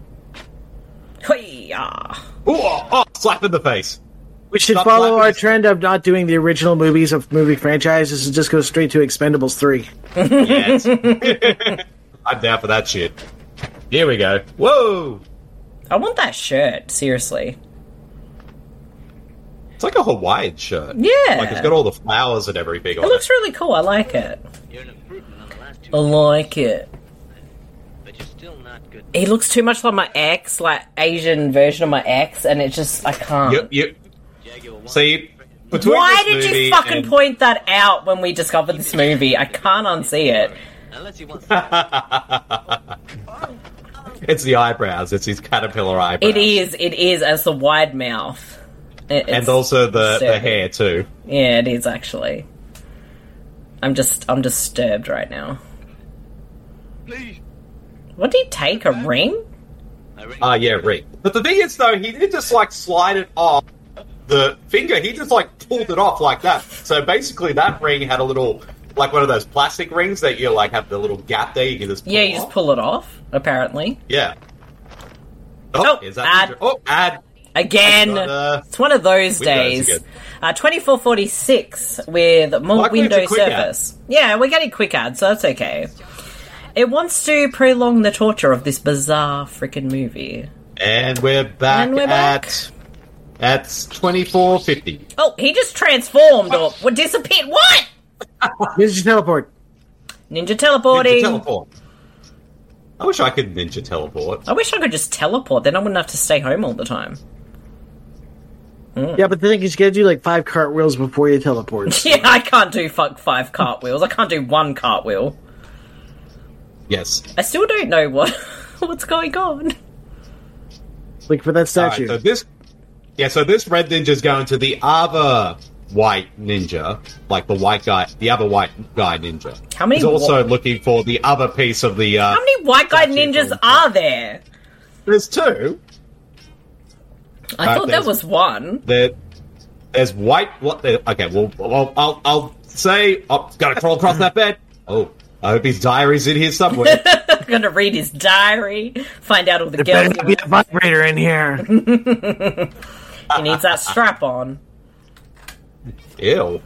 A: Hoi-ya.
E: Ooh, oh, oh, slap in the face.
C: We should
E: Stop
C: follow
E: laughing.
C: our trend of not doing the original movies of movie franchises and just go straight to Expendables 3.
E: Yes. I'm down for that shit. Here we go. Whoa!
A: I want that shirt, seriously.
E: It's like a Hawaiian shirt.
A: Yeah.
E: Like it's got all the flowers and everything
A: It
E: on
A: looks
E: it.
A: really cool. I like it.
F: You're an improvement on the last two,
A: I like it.
F: but you're still not good.
A: He looks too much like my ex, like Asian version of my ex, and it just I can't.
E: Yep, yep.
F: Jaguar one.
E: See, between
A: Why did
E: this
A: you
E: movie
A: fucking
E: and-
A: point that out when we discovered this movie? I can't unsee it.
F: Unless you want.
E: It's the eyebrows. It's his caterpillar eyebrows.
A: It is. It is as the wide mouth. It- it's-
E: And also the, the
A: disturbing.
E: hair, too.
A: Yeah, it is actually. I'm just I'm disturbed right now.
F: Please.
A: What did he take a ring?
F: I ring.
E: Ah, yeah, Rick. But the thing is, though, he did just like slide it off the finger. He just like pulled it off like that. So basically, that ring had a little, like one of those plastic rings that you like have the little gap there. You can just pull
A: Yeah, you just
E: off.
A: pull it off. Apparently,
E: Yeah.
A: Oh,
E: Oh, is that
A: ad.
E: Oh, ad.
A: again,
E: Got, uh,
A: it's one of those
E: windows
A: days.
E: again.
A: Uh, Twenty four forty six with more
E: Luckily it's a
A: window
E: quick ad.
A: service. Yeah, we're getting quick ads, so that's okay. It wants to prolong the torture of this bizarre freaking movie.
E: And we're back
A: And we're
E: at
A: back.
E: that's twenty four fifty.
A: Oh, he just transformed or what disappeared. What?
C: Ninja Teleport.
A: Ninja teleporting.
E: Ninja teleport. I wish I could ninja teleport.
A: I wish I could just teleport, then I wouldn't have to stay home all the time.
E: Hmm.
C: Yeah, but the thing is, you gotta do like five cartwheels before you teleport.
A: Yeah, I can't do fuck five cartwheels. I can't do one cartwheel.
E: Yes.
A: I still don't know what what's going on.
C: like for that
E: All right,
C: statue.
E: so this, yeah, so this red ninja's going to the other white ninja, like the white guy, the other white guy ninja.
A: How many
E: He's also
A: wh-
E: looking for the other piece of the. Uh,
A: How many white guy
E: Statue
A: ninjas
E: from-
A: are there?
E: There's two.
A: I
E: Uh,
A: thought there
E: there's-
A: was one.
E: There, there's white. What? There, okay, well, well, I'll, I'll say. Oh, gotta crawl across that bed. Oh, I hope his diary's in here somewhere.
A: I'm gonna read his diary, find out all the
C: Better
A: girls.
C: not be a vibrator in here.
A: He needs that strap on.
E: Ew.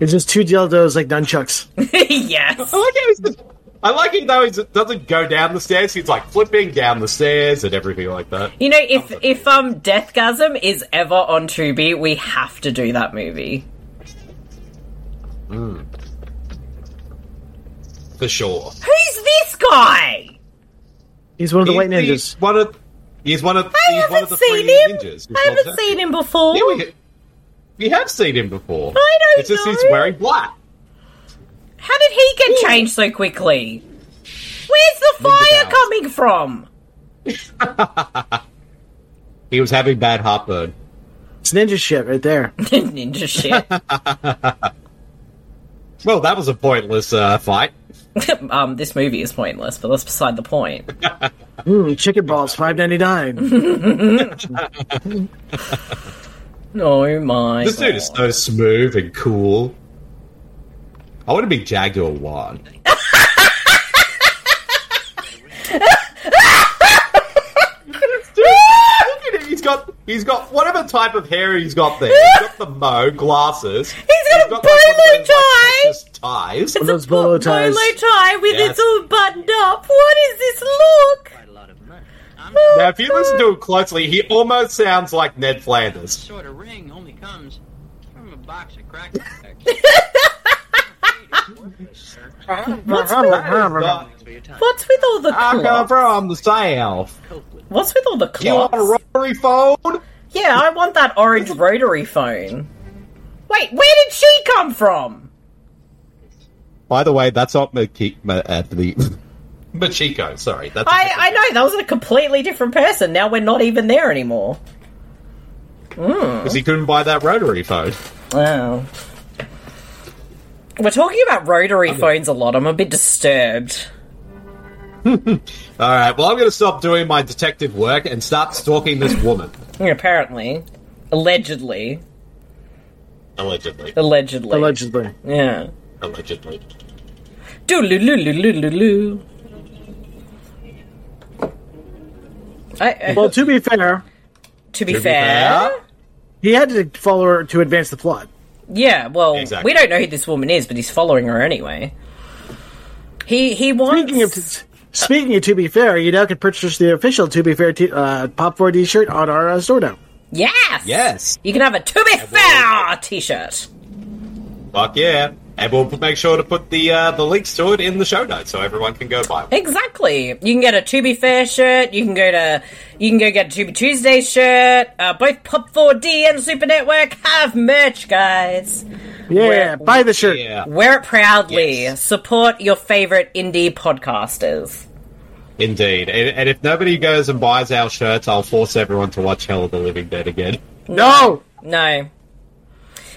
C: It's just two dildos like nunchucks.
A: yes.
E: I like how he's. Just, I like it though. He doesn't go down the stairs. He's like flipping down the stairs and everything like that.
A: You know, if if um Deathgasm is ever on Tubi, we have to do that movie.
E: For sure.
A: Who's this guy?
C: He's one of the white
E: He's
C: ninjas.
E: One of, he's one of.
A: I
E: he's one of
A: haven't
E: the
A: seen
E: three
A: him.
E: Ninjas, is
A: I
E: Bob
A: haven't
E: Saget.
A: seen him before.
E: Yeah, we, we have seen him before.
A: I don't
E: It's just he's
A: know.
E: wearing black.
A: How did he get changed so quickly? Where's the fire
E: Bowers.
A: coming from?
E: He was having bad heartburn.
C: It's ninja shit right there.
A: Ninja shit.
E: Well, that was a pointless uh, fight.
A: um, this movie is pointless, but that's beside the point.
C: Mm, chicken balls, five ninety nine.
A: Oh my.
E: This dude is
A: God.
E: so smooth and cool. I want to be Jaguar One. Dude, look at him. He's got he's got whatever type of hair he's got there. He's got the mo glasses.
A: He's got a
E: like, one of
A: bolo
E: those, like,
A: tie.
E: Texas ties.
C: One of those bolo ties.
A: Bolo tie with
E: Yes.
A: it's all buttoned up. What is this look?
F: Quite a lot of money. I'm
E: Now, if you listen to him closely, he almost sounds like Ned Flanders.
F: sort of ring only comes from a box of crack packs.
E: Uh,
F: Thanks for your time.
A: What's with all the
E: I come
A: cloth?
E: from the south.
F: Copeland.
A: What's with all the
E: Do you want a
A: cloth?
E: rotary phone?
A: Yeah, I want that orange rotary phone. Wait, where did she come from?
E: By the way, that's not Maki- Ma- uh, the Machiko. Sorry, that's
A: I, I know that was a completely different person. Now we're not even there anymore.
E: because he couldn't buy that rotary phone.
A: Wow. We're talking about rotary phones a lot. I'm a bit disturbed.
E: All right, well, I'm going to stop doing my detective work and start stalking this woman.
A: Apparently, allegedly,
E: Allegedly,
A: allegedly,
C: Allegedly.
A: yeah.
E: allegedly.
A: Doolulululululu. I, I,
C: Well, to be fair,
A: to be fair,
C: he had to follow her to advance the plot.
A: yeah. Well,
E: Exactly.
A: we don't know who this woman is, but he's following her anyway. He he wants.
C: Speaking of, speaking of to be fair, you now can purchase the official to be fair t- uh, Pop 4 t shirt on our uh, store now.
A: yes,
E: yes,
A: You can have a to be fair T-shirt.
E: fuck yeah, and we'll make sure to put the uh, the links to it in the show notes so everyone can go buy. One.
A: Exactly. You can get a To Be Fair shirt. You can go to you can go get a To Be Tuesday shirt. Uh, both Pop 4D and Super Network have merch, guys.
C: Yeah,
A: Where-
C: buy the shirt.
E: Yeah,
A: Wear it proudly.
E: Yes.
A: Support your favorite indie podcasters.
E: indeed. And, and if nobody goes and buys our shirts, I'll force everyone to watch Hell of the Living Dead again.
C: No!
A: No, I-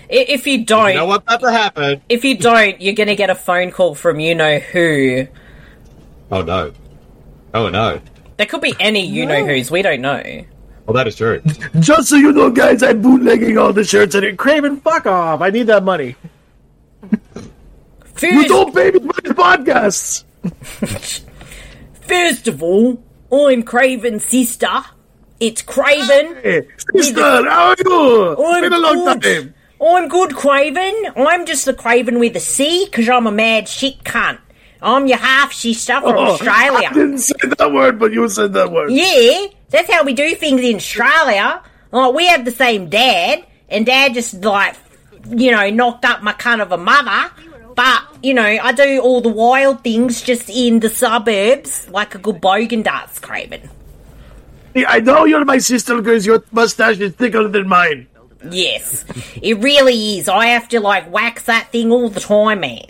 A: if you don't,
E: You know what's about to happen?
A: if you don't, you're gonna get a phone call from you know who.
E: Oh no! Oh no!
A: There could be any you know who's. We don't know.
E: Well, that is true.
C: Just so you know, guys, I'm bootlegging all the shirts and it. Craven, fuck off. I need that money. You
A: First,
C: don't pay me for the podcasts.
A: first of all, I'm Craven's sister. It's Craven.
C: Hey, sister, how are you?
A: I'm
C: Been a long
A: good.
C: time.
A: I'm good, Craven. I'm just the Craven with a C, 'cause I'm a mad shit cunt. I'm your half sister from
C: Oh, I
A: Australia.
C: didn't say that word, but you said that word.
A: Yeah, that's how we do things in Australia. Like, we have the same dad, and dad just, like, you know, knocked up my cunt of a mother. But, you know, I do all the wild things just in the suburbs, like a good bogan does, Craven.
C: I know you're my sister because your mustache is thicker than mine.
A: Yes, it really is. I have to, like, wax that thing all the time, man.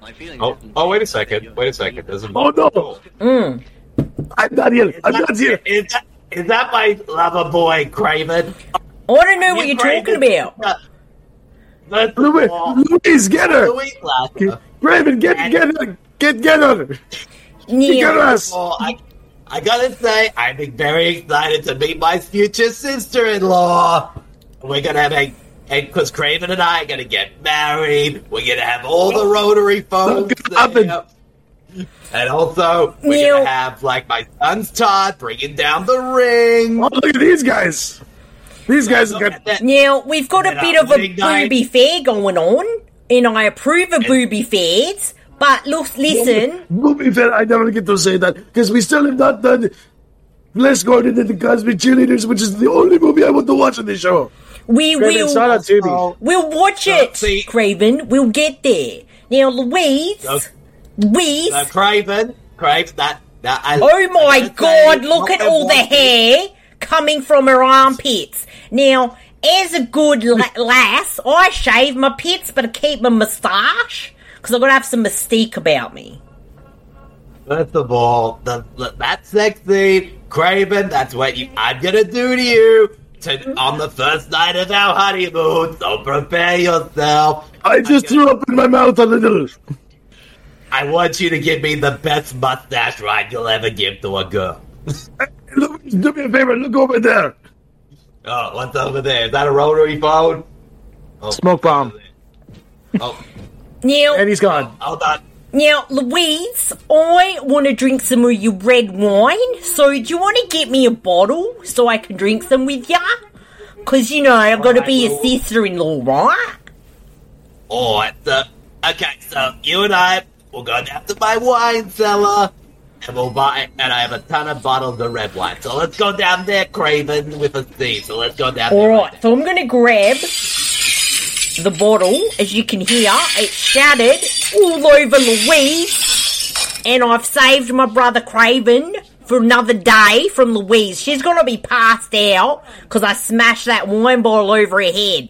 F: My feeling
E: Oh, oh, wait a second! Wait a second! There's a
C: Oh, no. I'm not here. I'm not here.
E: Is that, is that my lover boy, Craven?
A: I don't know what you're talking about.
E: That's
C: Louis, Louise, get her.
E: Louis Lather.
C: Raven, get get her. Get get her. Get
A: Yeah.
C: us.
E: Well, I, I gotta say, I've been very excited to meet my future sister-in-law. We're gonna have a, and because Craven and I are gonna get married. We're gonna have all the rotary phones.
C: Look up
E: set
C: and-
E: up. And also, we're
A: Neil.
E: gonna have like my son's Todd bringing down the ring.
C: Oh, look at these guys. These guys have
E: Look
C: got.
E: at that.
A: Now, we've got a
E: Yeah,
A: bit of a
E: big night.
A: booby fair going on, and I approve of booby fairs, but look, listen,
C: We'll be fair. I never get to say that because we still have not done. Bless Gordon and the Cosmic Cheerleaders, which is the only movie I want to watch on this show.
A: we
C: Raven, it's not on
A: will
C: Tubi.
A: we'll watch it,
E: see-
A: Craven. We'll get there. Now, Louise,
E: So-
A: Louise,
E: So Craven, Craven, that that I.
A: oh
E: I
A: my
E: gotta
A: god,
E: say,
A: look
E: not
A: at all the
E: everyone-
A: hair coming from her armpits. Now, as a good la- lass, I shave my pits, but I keep my moustache, because I've got to have some mystique about me.
E: First of all, the, the that sex scene, Craven. That's what you. I'm gonna do to you to, on the first night of our honeymoon. So prepare yourself.
C: I just threw up in my mouth a little.
E: I want you to give me the best mustache ride you'll ever give to a girl.
C: Louise, do me a favor. Look over there.
E: Oh, what's over there? Is that a rotary phone? Oh,
C: Smoke bomb.
E: Oh,
A: Now,
C: And he's gone.
E: hold on.
A: Now, Louise, I want to drink some of your red wine, so do you want to get me a bottle so I can drink some with ya? Because, you know, I've got to be a sister in law, right?
E: Oh, at the
H: Okay, so you and I will go down to my wine cellar and we'll buy and I have a ton of bottles of red wine. So let's go down there, Craven, with a C. So let's go down
A: All
H: there.
A: right, so I'm going to grab the bottle. As you can hear, it's shattered all over Louise, and I've saved my brother Craven for another day from Louise. She's going to be passed out because I smashed that wine bottle over her head.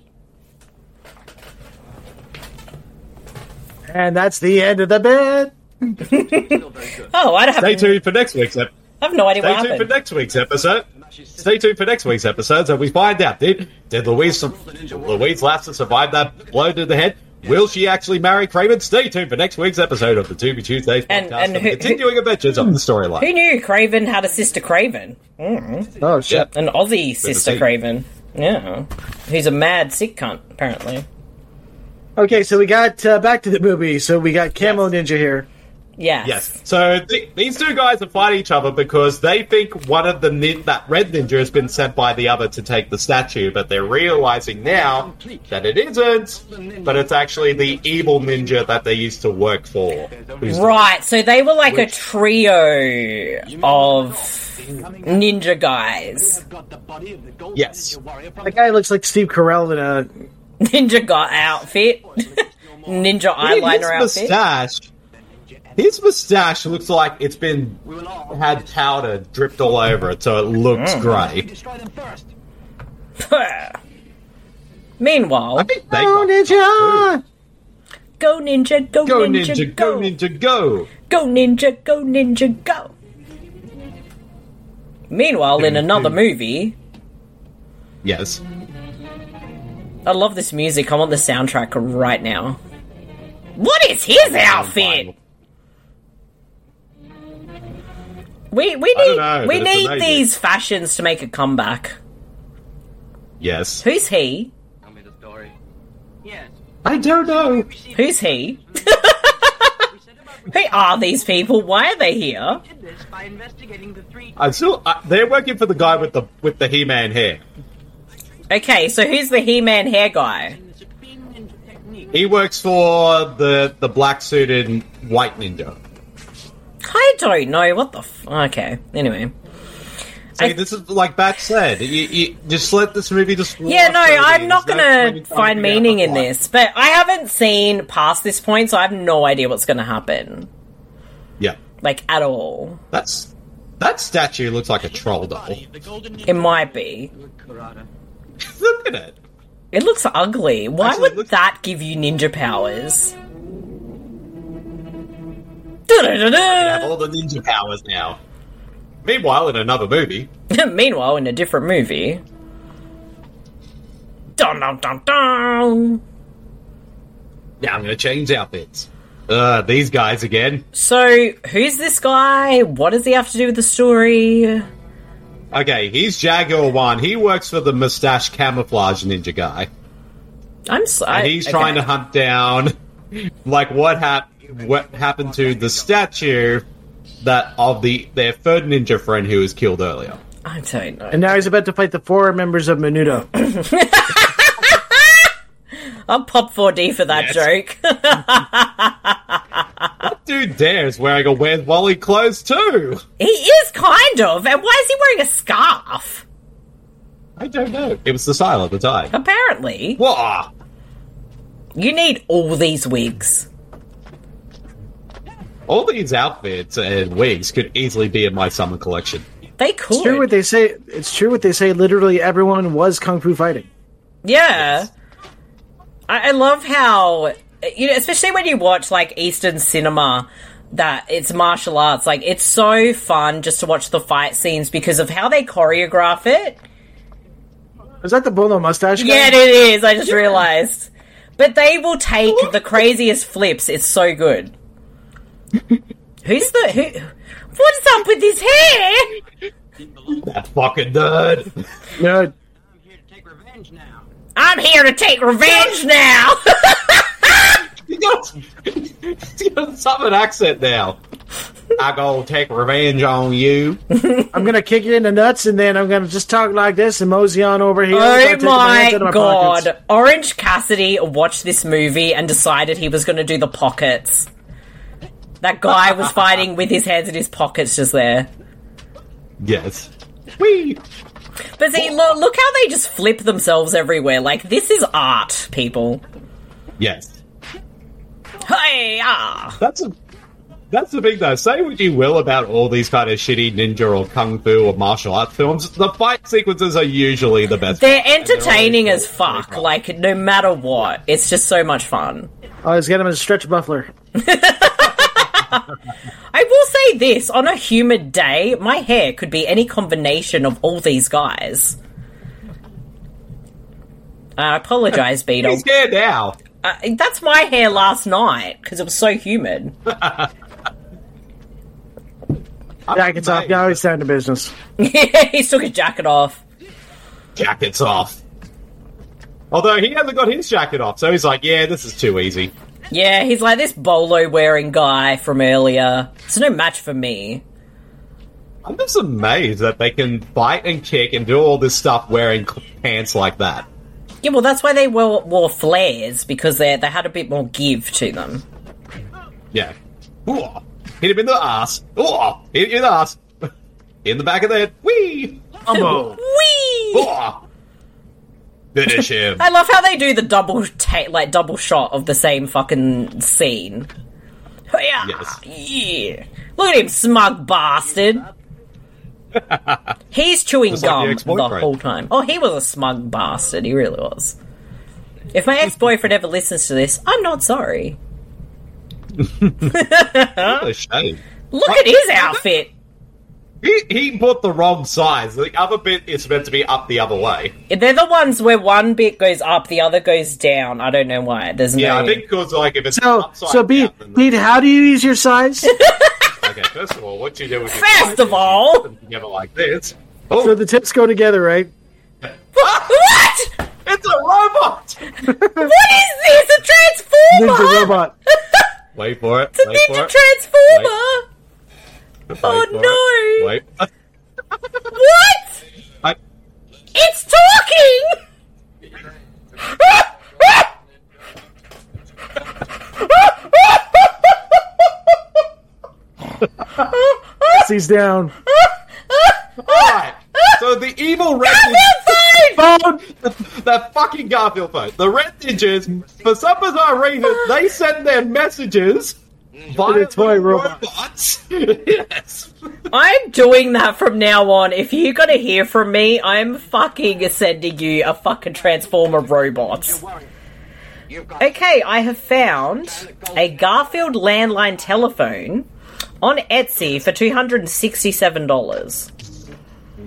D: And that's the end of the bit.
A: Oh, I don't have.
E: Stay tuned for next week's episode.
A: I have no idea
E: Stay
A: what
E: tuned for
A: happened.
E: next week's episode. Stay tuned for next week's episode so we find out did did Louise su- Louise Lasser survive that blow to the head? Will she actually marry Craven? Stay tuned for next week's episode of the To Be Tuesdays podcast
A: And- and
E: for
A: who-
E: the continuing adventures of the storyline.
A: Who knew Craven had a sister Craven?
D: Oh shit!
A: An Aussie sister
E: see.
A: Craven. Yeah. Who's a mad sick cunt, apparently.
D: Okay, so we got uh, back to the movie. So we got Camo Ninja here.
A: Yes.
E: Yes. So th- these two guys are fighting each other because they think one of the nin- that red ninja has been sent by the other to take the statue, but they're realizing now that it isn't. But it's actually the evil ninja that they used to work for. who's the
A: Right, so they were like a trio of ninja guys.
E: Yes.
D: That guy looks like Steve Carell in a.
A: Ninja guy outfit. ninja eyeliner
E: his
A: outfit.
E: mustache. His mustache looks like it's been had powder dripped all over it, so it looks great.
A: Meanwhile,
E: I think they
D: Oh, Ninja!
A: go ninja, go,
E: go
A: ninja,
E: ninja,
A: go.
E: go ninja, go.
A: go ninja, go ninja, go. Meanwhile, in
E: Dun,
A: another
E: dun.
A: movie,
E: Yes.
A: I love this music. I want the soundtrack right now. What is his outfit? We we
E: don't
A: need
E: know,
A: we
E: but it's
A: need
E: amazing.
A: these fashions to make a comeback.
E: Yes.
A: Who's he?
F: Tell me the story. Yes.
E: I don't know.
A: Who's he?
F: We said about
A: Who are these people? Why are they here?
F: did this by investigating the three
E: I'm still. Uh, they're working for the guy with the with the He-Man hair.
A: Okay, so who's the He-Man hair guy?
F: in the supreme ninja technique.
E: He works for the the black suited white ninja.
A: I don't know. What the? F- okay. Anyway.
E: See,
A: I-
E: this is like Bat said. You, you just let this movie just.
A: Yeah, no,
E: wash over
A: I'm
E: you.
A: not
E: There's no
A: gonna
E: point in trying to
A: find
E: figure out
A: meaning
E: the
A: in
E: plot.
A: this, but I haven't seen past this point, so I have no idea what's gonna happen,
E: Yeah,
A: like at all.
E: that's that statue looks like a troll doll.
A: It might be.
F: Karada.
E: Look at it.
A: It looks ugly. Why
E: Actually, it
A: would
E: looks-
A: that give you ninja powers? Da-da-da-da.
E: Have all the ninja powers now. Meanwhile, in another movie,
A: Meanwhile, in a different movie. Dun dun dun dun!
E: yeah, I'm gonna change outfits. Uh, these guys again.
A: So, who's this guy? What does he have to do with the story?
E: Okay, he's Jaguar One. He works for the mustache camouflage ninja guy.
A: I'm sorry.
E: and he's trying to hunt down like what happened what happened to the statue that of the their third ninja friend who was killed earlier
A: I don't know.
D: And now he's about to fight the four members of Menudo.
A: I'll pop 4D for that
E: Yes.
A: joke.
E: dude there's wearing a where's wally clothes too
A: he is kind of. And why is he wearing a scarf?
E: i don't know it was the style at the time
A: Apparently,
E: Wah!
A: you need all these wigs.
E: all these outfits and wigs could easily be in my summer collection
A: They
D: It's true what
A: could.
D: they say. It's true what they say. Literally, everyone was kung fu fighting.
A: Yeah. I, I love how you know, especially when you watch like Eastern cinema that it's martial arts. Like it's so fun just to watch the fight scenes because of how they choreograph it.
D: Is that the bolo mustache? Guy?
A: Yeah, it is. I just realized. But they will take the craziest flips. It's so good. Who's the who? What's up with his hair?
E: that fucking nerd
D: No,
F: I'm here to take revenge now.
A: I'm here to take revenge now.
E: He's got, he's got a southern accent now. I go take revenge on you.
D: I'm gonna kick you in the nuts, and then I'm gonna just talk like this and mosey on over here. until I
A: Oh
D: take hands
A: my
D: out of
A: god.
D: pockets.
A: Orange Cassidy watched this movie and decided he was going to do the pockets. That guy was fighting with his hands in his pockets just there.
E: Yes. Whee!
A: But see, look, look how they just flip themselves everywhere. Like, this is art, people.
E: Yes.
A: Hey, ah!
E: That's a that's the thing though. Say what you will about all these kind of shitty ninja or kung fu or martial art films, the fight sequences are usually the best.
A: They're entertaining as fuck. Like, no matter what. It's just so much fun.
D: I was Oh, getting him a stretch muffler.
A: I will say this on a humid day, my hair could be any combination of all these guys. I apologize, Beetle.
E: He's here now.
A: Uh, that's my hair last night because it was so humid. Ah,
D: Jackets off.
E: mate.
D: Now he's down to business.
A: he took his jacket off.
E: Jacket's off. Although he hasn't got his jacket off, so he's like, yeah, this is too easy.
A: Yeah, he's like this bolo wearing guy from earlier. It's no match for me.
E: I'm just amazed that they can fight and kick and do all this stuff wearing cl- pants like that.
A: Yeah, well, that's why they wore, wore flares because they they had a bit more give to them.
E: Yeah. Ooh, hit him in the ass. Ooh, hit him in the ass. In the back of the head. Whee!
D: Umbo.
A: Whee!
E: Ooh. Finish him.
A: I love how they do the double ta- like double shot of the same fucking scene. Yeah,
E: Yes.
A: yeah. Look at him, smug bastard. He's chewing
E: Just like your
A: gum the
E: ex-boyfriend.
A: whole time. Oh, he was a smug bastard. He really was. If my ex-boyfriend ever listens to this, I'm not sorry.
E: What a shame.
A: Look at his outfit.
E: He, he bought the wrong size. The other bit is meant to be up the other way.
A: They're the ones where one bit goes up, the other goes down. I don't know why. There's
E: Yeah,
A: no.
E: I think because like if it's
D: So,
E: upside
D: so Pete,
E: down, then-
D: Pete, how do you use your size?
E: okay. First of all, what you do with your
A: First
E: sides
A: of
E: is you
A: all-
E: put them together like this. Oh,
D: so the tips go together, right?
A: what?
E: it's a robot.
A: What is this? A transformer?
D: Ninja robot.
E: Wait for it.
A: It's a
E: wait for
A: ninja
E: it.
A: transformer.
E: Wait
A: Oh,
E: for
A: no.
E: It. Wait.
A: What?
E: I,
A: It's talking!
D: He's down.
E: Alright, so the evil red ninja,
D: Phone.
E: that fucking Garfield phone, the red ninjas, for some bizarre reason, they send their messages via
D: the toy
E: little
D: robot.
E: robots. yes.
A: I'm doing that from now on. If you're gonna hear from me, I'm fucking sending you a fucking Transformer robot. Okay, I have found a Garfield landline telephone on Etsy for $267.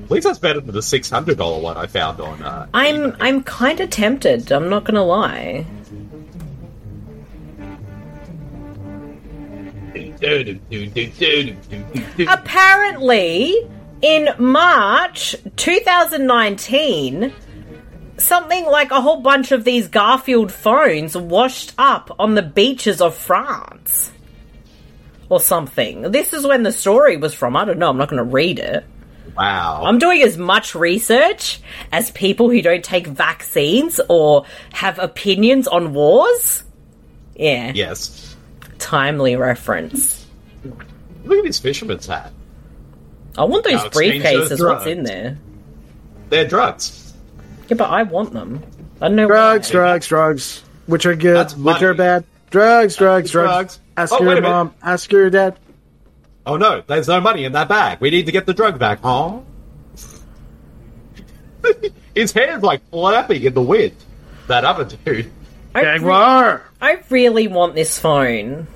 E: At least that's better than the six hundred dollar one I found on. Uh,
A: I'm I'm kind of tempted. I'm not gonna lie. Apparently, in March 2019, something like a whole bunch of these Garfield phones washed up on the beaches of France. Or something. This is when the story was from. I don't know. I'm not going to read it.
E: wow.
A: I'm doing as much research as people who don't take vaccines or have opinions on wars. Yeah.
E: yes.
A: Timely reference.
E: Look at his fisherman's hat.
A: I want those
E: Now exchange those
A: briefcases. What's
E: drugs.
A: in there?
E: They're drugs.
A: Yeah, but I want them. I don't know.
D: Drugs,
A: why.
D: drugs, drugs. Which are good,
E: That's
D: which
E: money.
D: are bad. Drugs, drugs, drugs.
E: Drugs.
D: Ask
E: Oh, wait
D: your
E: a minute.
D: mom. Ask your dad.
E: Oh no, there's no money in that bag. We need to get the drug back, huh? His hair's like flapping in the wind. That other dude.
A: I, re-
D: Jaguar.
A: I really want this phone.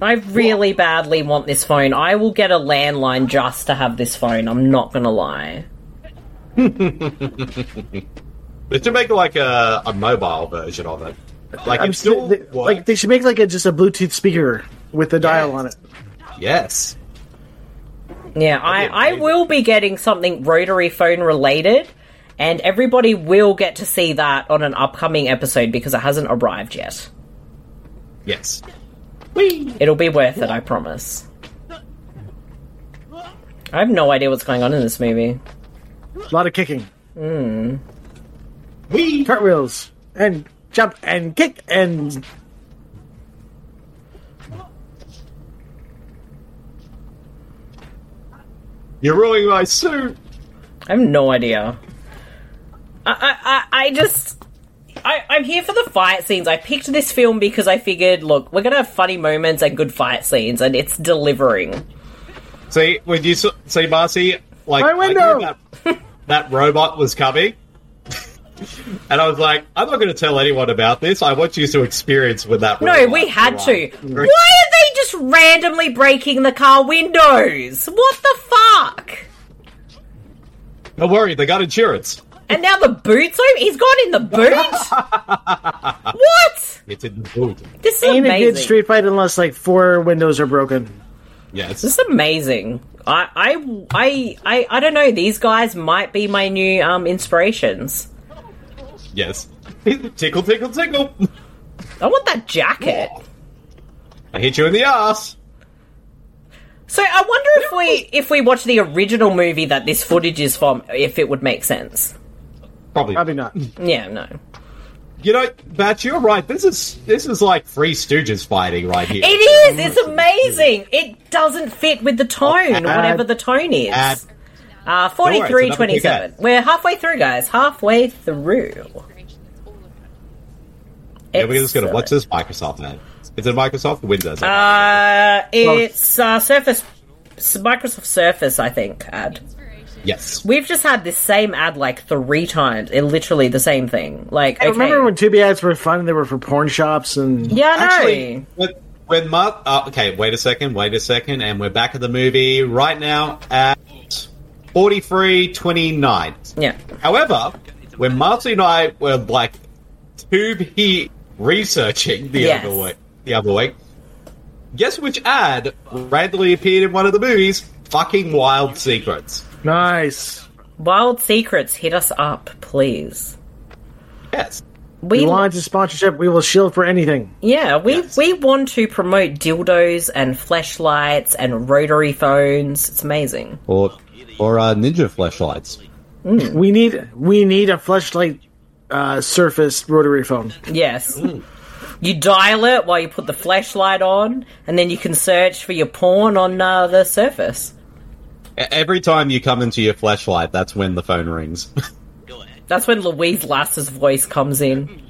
A: I really badly want this phone. I will get a landline just to have this phone. I'm not gonna lie.
E: They should make like a, a mobile version of it. Like
D: I'm
E: it's still
D: st- they- like they should make like a just a Bluetooth speaker with a dial on it.
E: yes.
A: Yeah, I, I
E: amazing.
A: will be getting something rotary phone related, And everybody will get to see that on an upcoming episode because it hasn't arrived yet.
E: Yes.
A: It'll be worth it, I promise. I have no idea what's going on in this movie.
D: A lot of kicking.
E: Hmm.
D: Mm. Cartwheels. And jump and kick and.
E: You're ruining my suit.
A: I have no idea. I, I, I, I just. I, I'm here for the fight scenes. I picked this film because I figured, look, we're gonna have funny moments and good fight scenes, and it's delivering.
E: See, when you s- see Marcy, like
D: My
E: I knew
D: window!
E: that, that robot was coming, and I was like, I'm not going to tell anyone about this. I want you to experience when that.
A: No,
E: robot
A: we had to.
E: arrived."
A: Why are they just randomly breaking the car windows? What the fuck?
E: Don't worry, they got insurance.
A: And now the boot's over? He's gone in the boot? what?
E: It's in the boot.
A: This is
D: Ain't a
A: amazing.
D: good street fight unless like four windows are broken.
E: Yes.
A: This is amazing. I, I, I, I, I don't know. These guys might be my new um, inspirations.
E: Yes. tickle, tickle, tickle.
A: I want that jacket.
E: I hit you in the ass.
A: So I wonder if we if we watch the original movie that this footage is from, if it would make sense.
E: Probably.
D: Probably not.
A: Yeah, no.
E: You know, Batch, you're right. This is this is like Three Stooges fighting right here.
A: It is. It's amazing. It doesn't fit with the tone,
E: Add-
A: whatever the tone is.
E: add-
A: uh, forty-three
E: Don't worry, it's another
A: twenty-seven.
E: big ad.
A: We're halfway through, guys. Halfway through.
E: Yeah, we're just going to watch
A: Excellent.
E: this Microsoft ad. It's in Microsoft Windows.
A: Uh, it's uh, Surface, Microsoft Surface, I think. Ad.
E: yes.
A: We've just had this same ad like three times. It literally the same thing. Like, okay.
D: I remember when Tubi ads were fun and they were for porn shops and
A: Yeah, I know.
E: Actually, when, when Mar- uh, okay, wait a second, wait a second, and we're back at the movie right now at forty-three twenty-nine.
A: yeah.
E: However, when Marcy and I were like tube heat researching the
A: Yes.
E: other week, the other week, guess which ad randomly appeared in one of the movies? Fucking Wild Secrets.
D: nice.
A: Wild Secrets, hit us up, please.
E: Yes.
A: We
D: We wanted to sponsorship. We will shield for anything.
A: yeah, we
E: Yes.
A: we want to promote dildos and flashlights and rotary phones. It's amazing.
E: Or or uh, ninja flashlights.
D: We need we need a flashlight uh, surface rotary phone.
A: Yes. You dial it while you put the flashlight on, and then you can search for your porn on uh, the surface.
E: E- Every time you come into your flashlight, that's when the phone rings.
A: That's when Louise Lasser's voice comes in.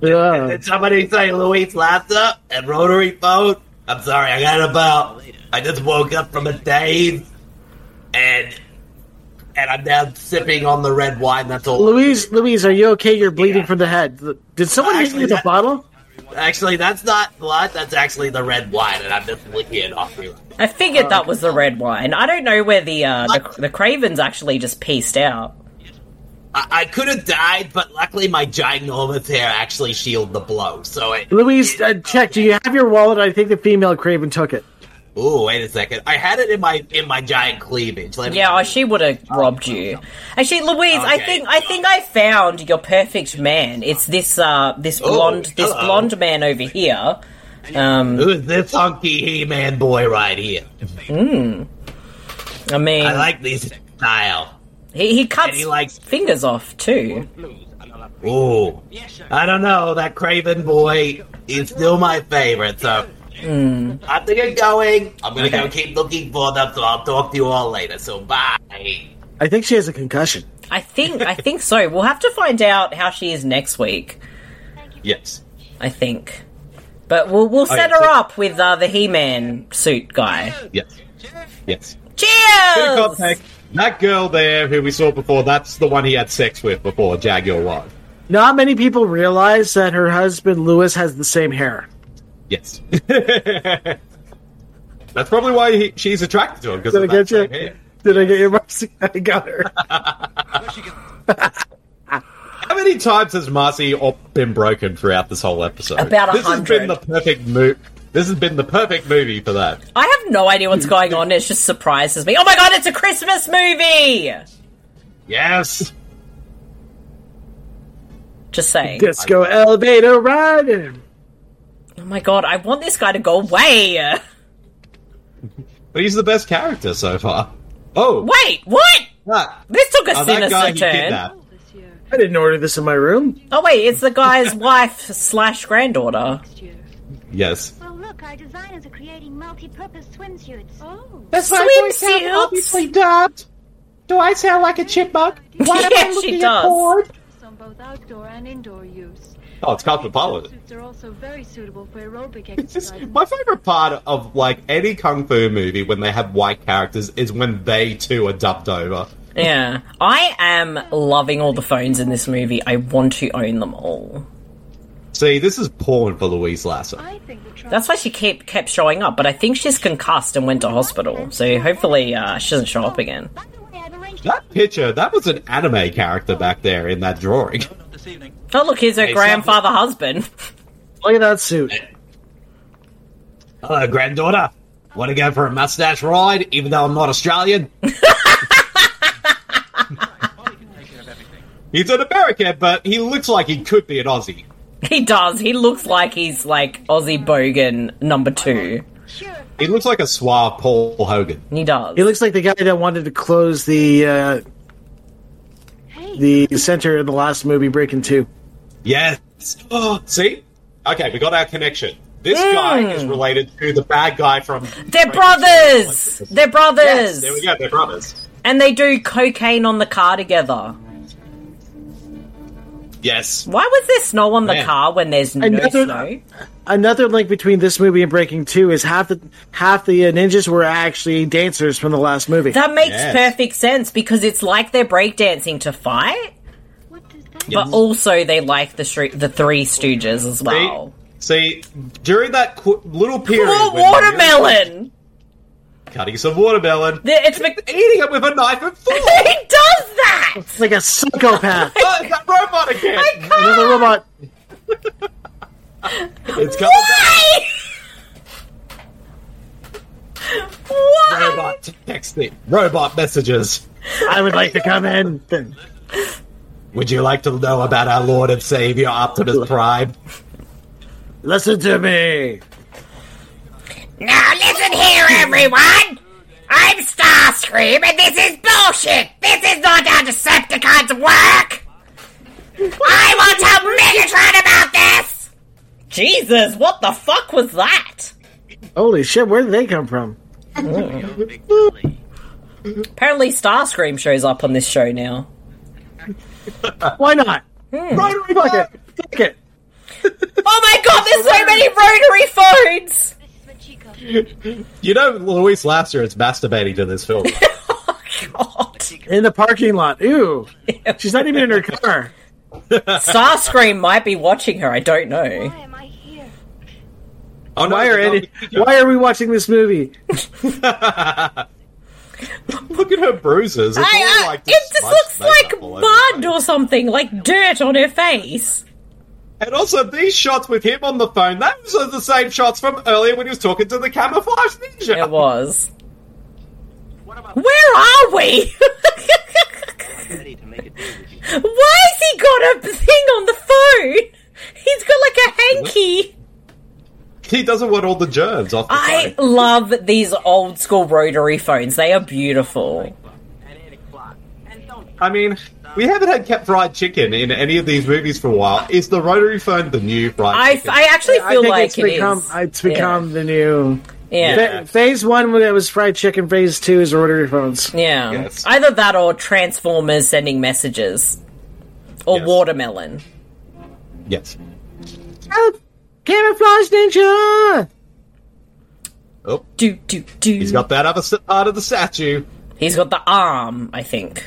D: Yeah.
H: Did somebody say Luis Laughter and rotary phone? I'm sorry, I got about. I just woke up from a daze, and and I'm now sipping on the red wine. That's all.
D: Louise, Louise, are you okay? You're bleeding from the head. Did someone hit you
H: Actually,
D: with a
H: that-
D: bottle?
H: Actually, that's not blood. That's actually the red wine, and I'm just licking it off. you.
A: I
H: Oh,
A: figured that was the red wine. I don't know where the uh, the, the Cravens actually just pieced out.
H: I, I could have died, but luckily my ginormous hair actually shielded the blow. So it.
D: Louise, uh, check. Do you have your wallet? I think the female Craven took it.
H: Ooh, wait a second. I had it in my in my giant cleavage. Let me-
A: Yeah, oh, she would have robbed you. Actually, Louise, I
H: Okay.
A: think I think I found your perfect man. It's this uh this blonde this
H: hello.
A: blonde man over here. Um,
H: Who's this hunky He-Man boy right here?
A: I mean,
H: I like this style.
A: he, he cuts
H: and he likes-
A: fingers off too.
H: Ooh. I don't know. That Craven boy is still my favorite. So I'm gonna get going. I'm gonna go keep looking for them. So I'll talk to you all later. So bye.
D: I think she has a concussion.
A: I think I think so. We'll have to find out how she is next week.
E: yes.
A: I think, but we'll we'll set
E: yeah,
A: her
E: so-
A: up with uh, the He-Man suit guy.
E: Yes. Yes. Good
A: Cheers!
E: contact. That girl there who we saw before, that's the one he had sex with before, Jaguar was.
D: Not many people realize that her husband Louis has the same hair.
E: Yes. that's probably why he, she's attracted to him. Because
D: Did I
E: of that
D: get you?
E: same hair.
D: Did I get your Marcy? I got her.
E: How many times has Marcy op- been broken throughout this whole episode?
A: About a
E: This has been
A: hundred.
E: the perfect mo- This has been the perfect movie for that.
A: I have no idea what's going on. It just surprises me. Oh my god, it's a Christmas movie!
E: Yes.
A: Just saying.
D: Disco elevator ride.
A: Oh my god, I want this guy to go away.
E: But he's the best character so far. Oh,
A: Wait, what?
E: ah,
A: This took a
E: ah, that guy
A: sinister
E: he
A: turn.
E: kidnapped.
G: This year,
D: I didn't order this in my room.
A: Oh wait, it's the guy's wife slash granddaughter.
G: next year.
E: Yes.
I: Well, look, our designers are creating multi-purpose swimsuits.
G: Oh,
A: That's my Swimsuits.
H: dubbed. Do I sound like a chipmunk?
A: yeah, she does.
H: bored?
G: it's on both outdoor and indoor use.
E: Oh, it's cosmopolitan.
G: Suits are also very suitable for aerobic
E: It's just-
G: exercise.
E: my favorite part of like any kung fu movie when they have white characters is when they too are dubbed over.
A: Yeah, I am loving all the phones in this movie. I want to own them all.
E: See, this is porn for Louise Lasser.
G: I think the tri-
A: That's why she kept kept showing up, but I think she's concussed and went to hospital. So hopefully, uh, she doesn't show
G: Oh,
A: up again.
I: By the way, I've arranged a
E: That picture, that was an anime character back there in that drawing.
F: Not this evening.
A: Oh look, here's her
E: Hey,
A: grandfather husband.
D: Look at that suit.
H: Hello, granddaughter. Want to go for a mustache ride, even though I'm not Australian?
F: Polly can take care of everything.
E: He's an American, but he looks like he could be an Aussie.
A: He does. He looks like he's like Aussie Bogan number two.
I: sure.
E: He looks like a suave Paul Hogan.
A: He does.
D: He looks like the guy that wanted to close the uh, the center in the last movie, Breaking Two.
E: Yes. Oh, see? Okay, we got our connection. This
D: Hmm.
E: guy is related to the bad guy from.
A: They're brothers. They're brothers.
E: Yes, there we go. They're brothers.
A: And they do cocaine on the car together.
E: Yes.
A: Why was there snow on the
E: Man.
A: car when there's no
D: Another-
A: snow?
D: Another link between this movie and Breaking Two is half the half the uh, ninjas were actually dancers from the last movie.
A: That makes
E: Yes.
A: perfect sense because it's like they're breakdancing to fight,
G: what does that
A: but also they like the stre- the Three Stooges as well.
E: See, during that qu- little period.
A: More
E: when you're
A: watermelon.
E: Cutting some watermelon.
A: The- It's Mc-
E: Eating it with a knife and fork.
A: he does that.
D: like a psychopath.
E: oh, it's that robot again.
D: Another robot.
E: It's coming back.
A: Why?
E: Robot texting. Robot messages.
D: I would like to come in. Then
E: Would you like to know about our Lord and Savior Optimus Prime?
D: listen to me.
A: Now listen here, everyone! I'm Starscream, and this is bullshit! This is not how Decepticons work! I will tell Megatron about this! Jesus, what the fuck was that?
D: Holy shit! Where did they come from?
F: Big Polly.
A: Apparently, Starscream shows up on this show now.
D: Why not?
A: Hmm.
E: Rotary
D: Fuck it. Fuck it.
A: Oh my god, there's so many rotary phones!
I: This is what she calls
E: You know, Luis Lasser is masturbating to this film.
A: Oh God.
D: In the parking lot. Ew. She's not even in her car.
A: Starscream might be watching her, I don't know.
I: Why am I here?
E: oh, no,
D: Why are
E: they're not
D: any,
E: big-
D: Why are we watching this movie?
E: Look at her bruises. It's
A: I,
E: all
A: uh,
E: like
A: it just
E: smudged
A: looks like
E: makeup all over the
A: mud
E: place.
A: or something, like dirt on her face.
E: And also, these shots with him on the phone, those are the same shots from earlier when he was talking to the camouflage ninja.
A: It was.
F: What about
A: Where are we?
F: ready to make a deal with you?
A: Why has he got a thing on the phone? He's got like a hanky.
E: He doesn't want all the germs off the
A: I
E: phone.
A: love these old school rotary phones. They are beautiful.
F: At 8 o'clock. And don't.
E: I mean, we haven't had kept fried chicken in any of these movies for a while. Is the rotary phone the new fried
A: I,
E: chicken?
A: I actually
D: I
A: feel
D: think
A: like
D: it's become
A: it is.
D: it's become the new
A: yeah.
E: Yeah.
A: Yeah.
D: Fa- phase one when it was fried chicken. Phase two is rotary phones.
A: Yeah.
E: Yes.
A: Either that or Transformers sending messages. Or
E: Yes.
A: watermelon.
E: Yes.
A: Oh,
D: Help! Camouflage ninja.
E: Oh,
A: Do, do, do.
E: he's got that other s- part of the statue.
A: He's got the arm, I think.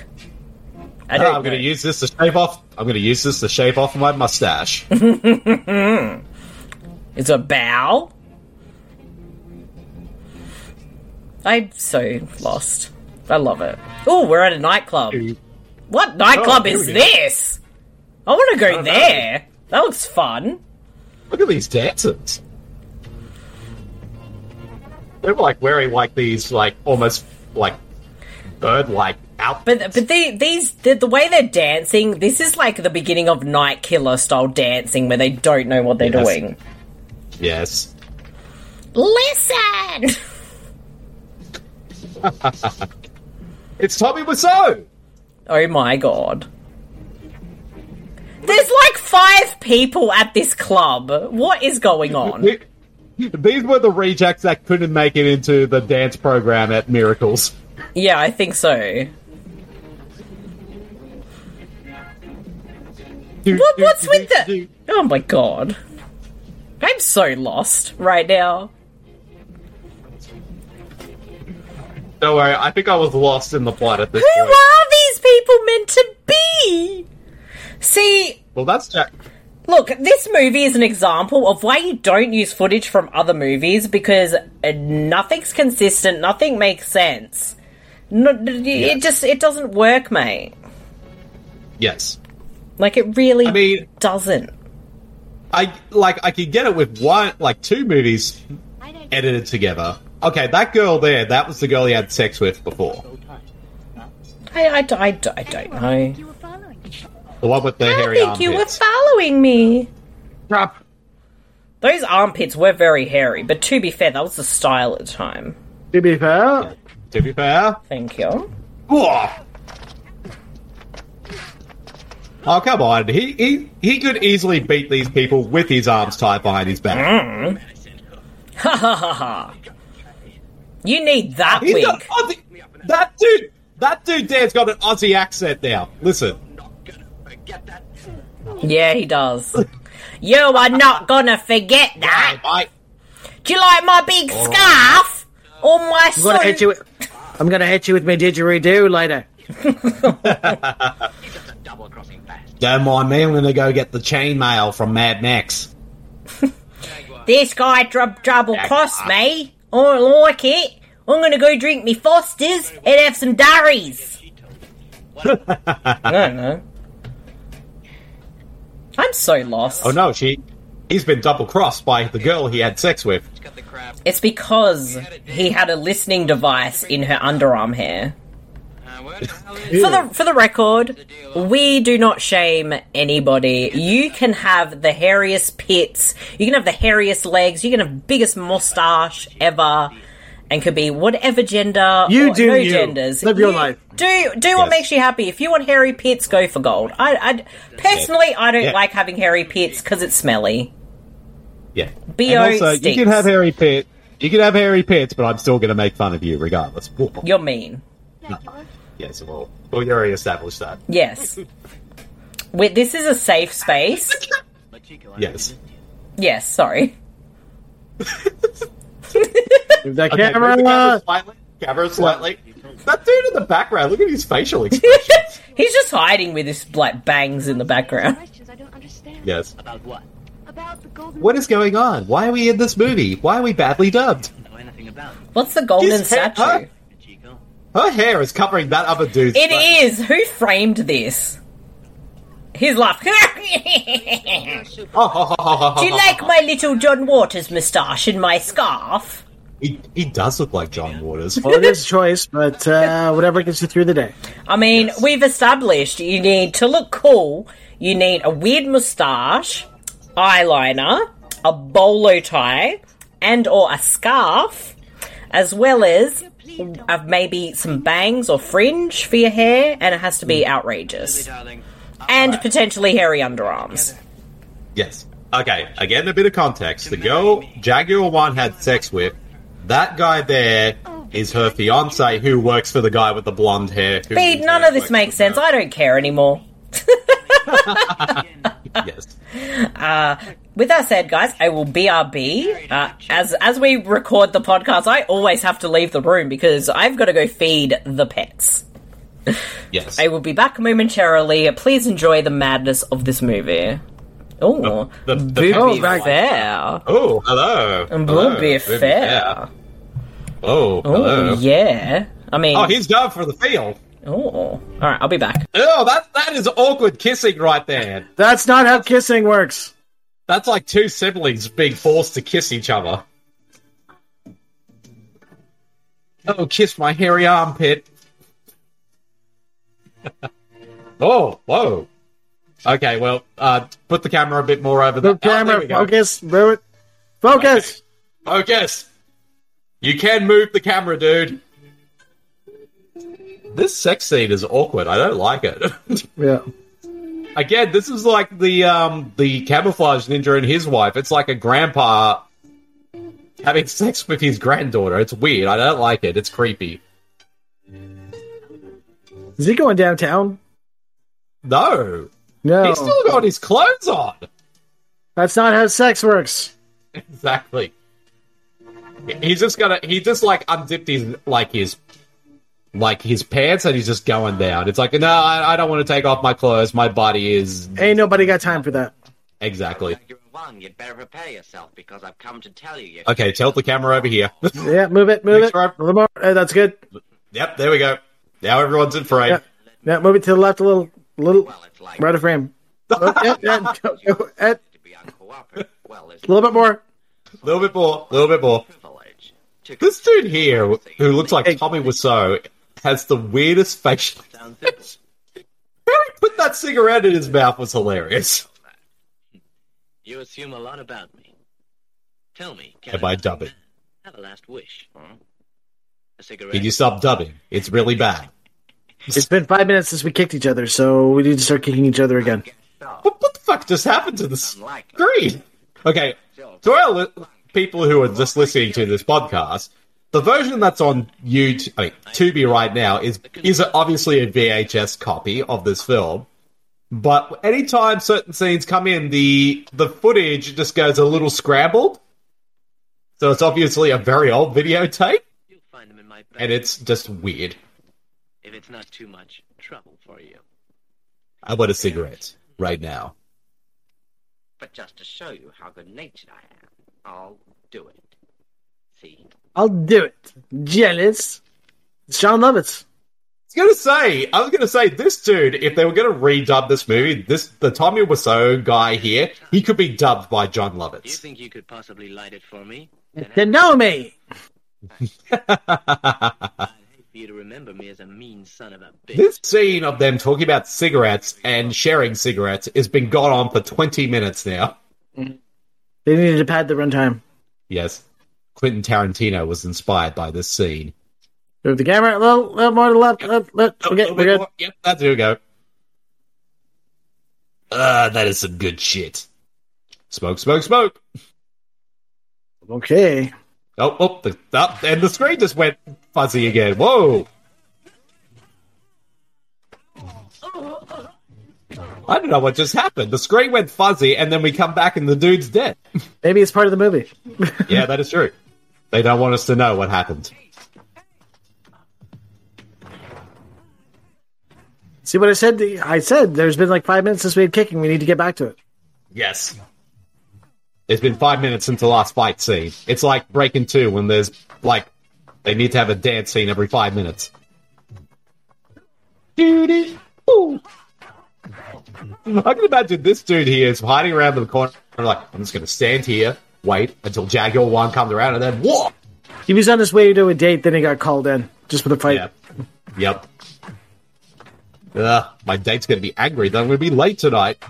A: I
E: Ah,
A: don't
E: I'm
A: know.
E: going to use this to shave off. I'm going to use this to shave off my mustache.
A: It's a bow. I'm so lost. I love it. Oh, we're at a nightclub. What nightclub
E: Oh, here
A: is
E: we go.
A: this? I want to go
E: don't know.
A: there. That looks fun.
E: Look at these dancers. They're like wearing like these like almost like bird like out.
A: But but the, these the, the way they're dancing, this is like the beginning of Night Killer style dancing where they don't know what they're
E: Yes.
A: doing.
E: yes.
A: Listen.
E: It's Tommy Wiseau!
A: Oh my god. There's like five people at this club. What is going on?
E: Th- These were the rejects that couldn't make it into the dance program at Miracles.
A: Yeah, I think so. What, what's with the? Oh my god, I'm so lost right now.
E: Don't worry, I think I was lost in the plot at this
A: Who
E: point.
A: are these people meant to be? See,
E: Well, that's Jack.
A: look, this movie is an example of why you don't use footage from other movies because uh, nothing's consistent, nothing makes sense. No, It just it doesn't work, mate.
E: Yes.
A: Like it really
E: I mean-
A: doesn't.
E: I like I could get it with one like two movies
I: I don't
E: edited together. Okay, that girl there, that was the girl he had sex with before.
A: I, I, d- I d- I Uh, don't
I: Anyone
A: know.
I: think you were following.
E: The one with the
A: I
E: hairy
A: think you were
E: armpits.
A: following me.
E: Crap.
A: Those armpits were very hairy, but to be fair, that was the style at the time.
D: To be fair,
E: To be fair.
A: Thank you.
E: Whoa. Oh come on! He, he he could easily beat these people with his arms tied behind his back.
A: Ha ha ha ha. You need that
E: He's
A: wig.
E: got Aussie, that dude, that dude there's got an Aussie accent now. Listen,
A: Yeah, he does. you are not gonna forget that.
E: I
A: Do you like my big scarf? Or my
D: I'm gonna
A: suit?
D: hit you. With, I'm gonna hit you with my didgeridoo later.
E: don't mind me. I'm gonna go get the chainmail from Mad Max.
A: This guy drub trouble cost me. I don't like it. I'm gonna go drink me Foster's and have some durries. I don't know. I'm so lost.
E: Oh no, she. He's been double crossed by the girl he had sex with.
F: Cut the crap.
A: It's because he had a listening device in her underarm hair.
F: Uh, where the hell is
A: For the for the record, we do not shame anybody. You can have the hairiest pits, you can have the hairiest legs, you can have biggest mustache ever, and could be whatever gender.
D: You
A: or
D: do
A: no
D: you.
A: genders.
D: Live your
A: You
D: life.
A: Do do what
E: Yes.
A: makes you happy. If you want hairy pits, go for gold. I, I personally I don't
E: Yeah.
A: like having hairy pits because it's smelly.
E: Yeah.
A: B.O.
E: And also, you
A: stinks.
E: can have hairy pit. You can have hairy pits, but I'm still gonna make fun of you regardless.
A: You're mean.
I: No, you won't.
E: Yes, well, well, you already established that.
A: Yes. We, this is a safe space.
E: Yes.
A: Yes, sorry.
D: Move that
E: Okay,
D: camera.
E: move the camera slightly. Camera slightly. That dude in the background. Look at his facial expression.
A: He's just hiding with his like bangs in the background.
I: Questions I don't understand.
E: yes.
F: About what?
I: About the golden.
E: What is going on? Why are we in this movie? Why are we badly dubbed?
F: Know anything about it,
A: What's the golden
E: His hair-
A: statue?
E: huh?
F: Chico?
E: Her hair is covering that other dude's.
A: It
E: face.
A: is. Who framed this? His laugh. Do
E: Oh, ho, ho, ho, ho, ho,
A: you
E: ho.
A: like my little John Waters moustache and my scarf?
E: He, he does look like John Waters.
D: Well, it is a choice, but uh, whatever gets you through the day.
A: I mean, we've established you need to look cool. You need a weird moustache, eyeliner, a bolo tie, and or a scarf, as well as uh, maybe some bangs or fringe for your hair, and it has to be outrageous
F: Darling.
A: and potentially hairy underarms.
E: Yes. Okay, again, a bit of context. The girl Jaguar One had sex with, that guy there is her fiance who works for the guy with the blonde hair. who
A: Pete,
E: in
A: none
E: turn
A: of this
E: works
A: makes
E: for her.
A: sense. I don't care anymore.
E: Yes.
A: With that said, guys, I will BRB. Uh, as as we record the podcast, I always have to leave the room because I've got to go feed the pets.
E: Yes.
A: I will be back momentarily. Please enjoy the madness of this movie. Oh,
E: The- the
A: booby
E: pets like-
A: fair.
E: Oh, hello.
A: And
E: Hello.
A: booby fair.
E: Oh, hello.
A: Oh, yeah. I mean,
E: Oh, he's done for the field.
A: oh, all right. I'll be back.
E: Oh, that that is awkward kissing right there.
D: That's not how kissing works.
E: That's like two siblings being forced to kiss each other. Oh, kiss my hairy armpit. Oh, whoa. Okay, well, uh, put the camera a bit more over
D: The
E: the, Ah, there
D: camera,
E: we go.
D: focus, bro. Focus.
E: Focus. You can move the camera, dude. This sex scene is awkward. I don't like it.
D: Yeah.
E: Again, this is like the um the camouflage ninja and his wife. It's like a grandpa having sex with his granddaughter. It's weird. I don't like it. It's creepy.
D: Is he going downtown?
E: No.
D: No.
E: He's still got his clothes on.
D: That's not how sex works.
E: Exactly. He's just gonna he just like unzipped his like his like his pants and he's just going down. It's like no, I, I don't want to take off my clothes. My body is
D: Ain't nobody got time for that.
E: exactly
F: You're wrong. You'd better prepare yourself because I've come to tell you. you
E: okay. Tilt the camera over here.
D: Yeah, move it, move
E: Make
D: it.
E: sure I'm-
D: A little more. Hey, that's good.
E: yep, there we go. Now everyone's in frame.
D: Yeah. Now move it to the left a little, little,
F: well, it's like
D: right of frame. Oh, yeah, yeah, go- go- eh,
F: to be uncooperative. Well, it's
D: a little bit more.
E: A little bit more. A little bit more.
F: privilege. To
E: This dude here, who looks like
D: Hey.
E: Tommy Wiseau, has the weirdest facial.
F: sound simple.
E: How he put that cigarette in his mouth was hilarious.
F: You assume a lot about me. Tell me, can
E: Am
F: a
E: I
F: dying
E: dubbing?
F: man Have a last wish. Huh? A cigarette.
E: Can you stop dubbing? It's really bad.
D: It's been five minutes since we kicked each other, so we need to start kicking each other again.
F: Get shot.
E: What, what the fuck just happened to this
F: Unlikely.
E: screen? Okay, to our li- people who are just listening to this podcast, the version that's on YouTube, I mean, Tubi right now is is obviously a VHS copy of this film. But anytime certain scenes come in, the the footage just goes a little scrambled. So it's obviously a very old videotape,
F: You'll find them in my bag.
E: and it's just weird.
F: if it's not too much trouble for you.
E: I want a cigarette right now.
F: But just to show you how good natured I am, I'll do it. See?
D: I'll do it. Jealous. It's John Lovitz.
E: I was gonna say, I was gonna say, this dude, if they were gonna redub this movie, this the Tommy Wiseau guy here, he could be dubbed by John
F: Do you
E: Lovitz.
F: think you could possibly light it for me?
D: Then know me.
F: I'd hate for you to remember me as a mean son of a bitch.
E: this scene of them talking about cigarettes and sharing cigarettes has been gone on for twenty minutes now.
D: They needed to pad the runtime.
E: Yes, Quentin Tarantino was inspired by this scene.
D: Move the camera a little, little more to the left. left,
H: Oh,
D: left.
E: Oh, A
D: Okay,
E: little
D: we're
E: bit
D: good.
E: more- Yep, that's here we go.
H: Ah, that is some good shit.
E: Smoke, smoke, smoke.
D: Okay.
E: Oh, oh, the, oh, and the screen just went fuzzy again. Whoa! I don't know what just happened. The screen went fuzzy, and then we come back, and the dude's dead.
D: Maybe it's part of the movie.
E: yeah, that is true. They don't want us to know what happened.
D: See what I said? to you? I said there's been like five minutes since we had kicking. We need to get back to it.
E: Yes. It's been five minutes since the last fight scene. It's like Breaking Two when there's like they need to have a dance scene every five minutes. Dude, ooh. I can imagine this dude here is hiding around the corner, like I'm just gonna stand here, wait until Jaguar One comes around, and then whoa.
D: He was on his way to a date, then he got called in just for the fight.
E: Yep. Yep. Ugh, my date's gonna be angry. Then I'm gonna be late tonight.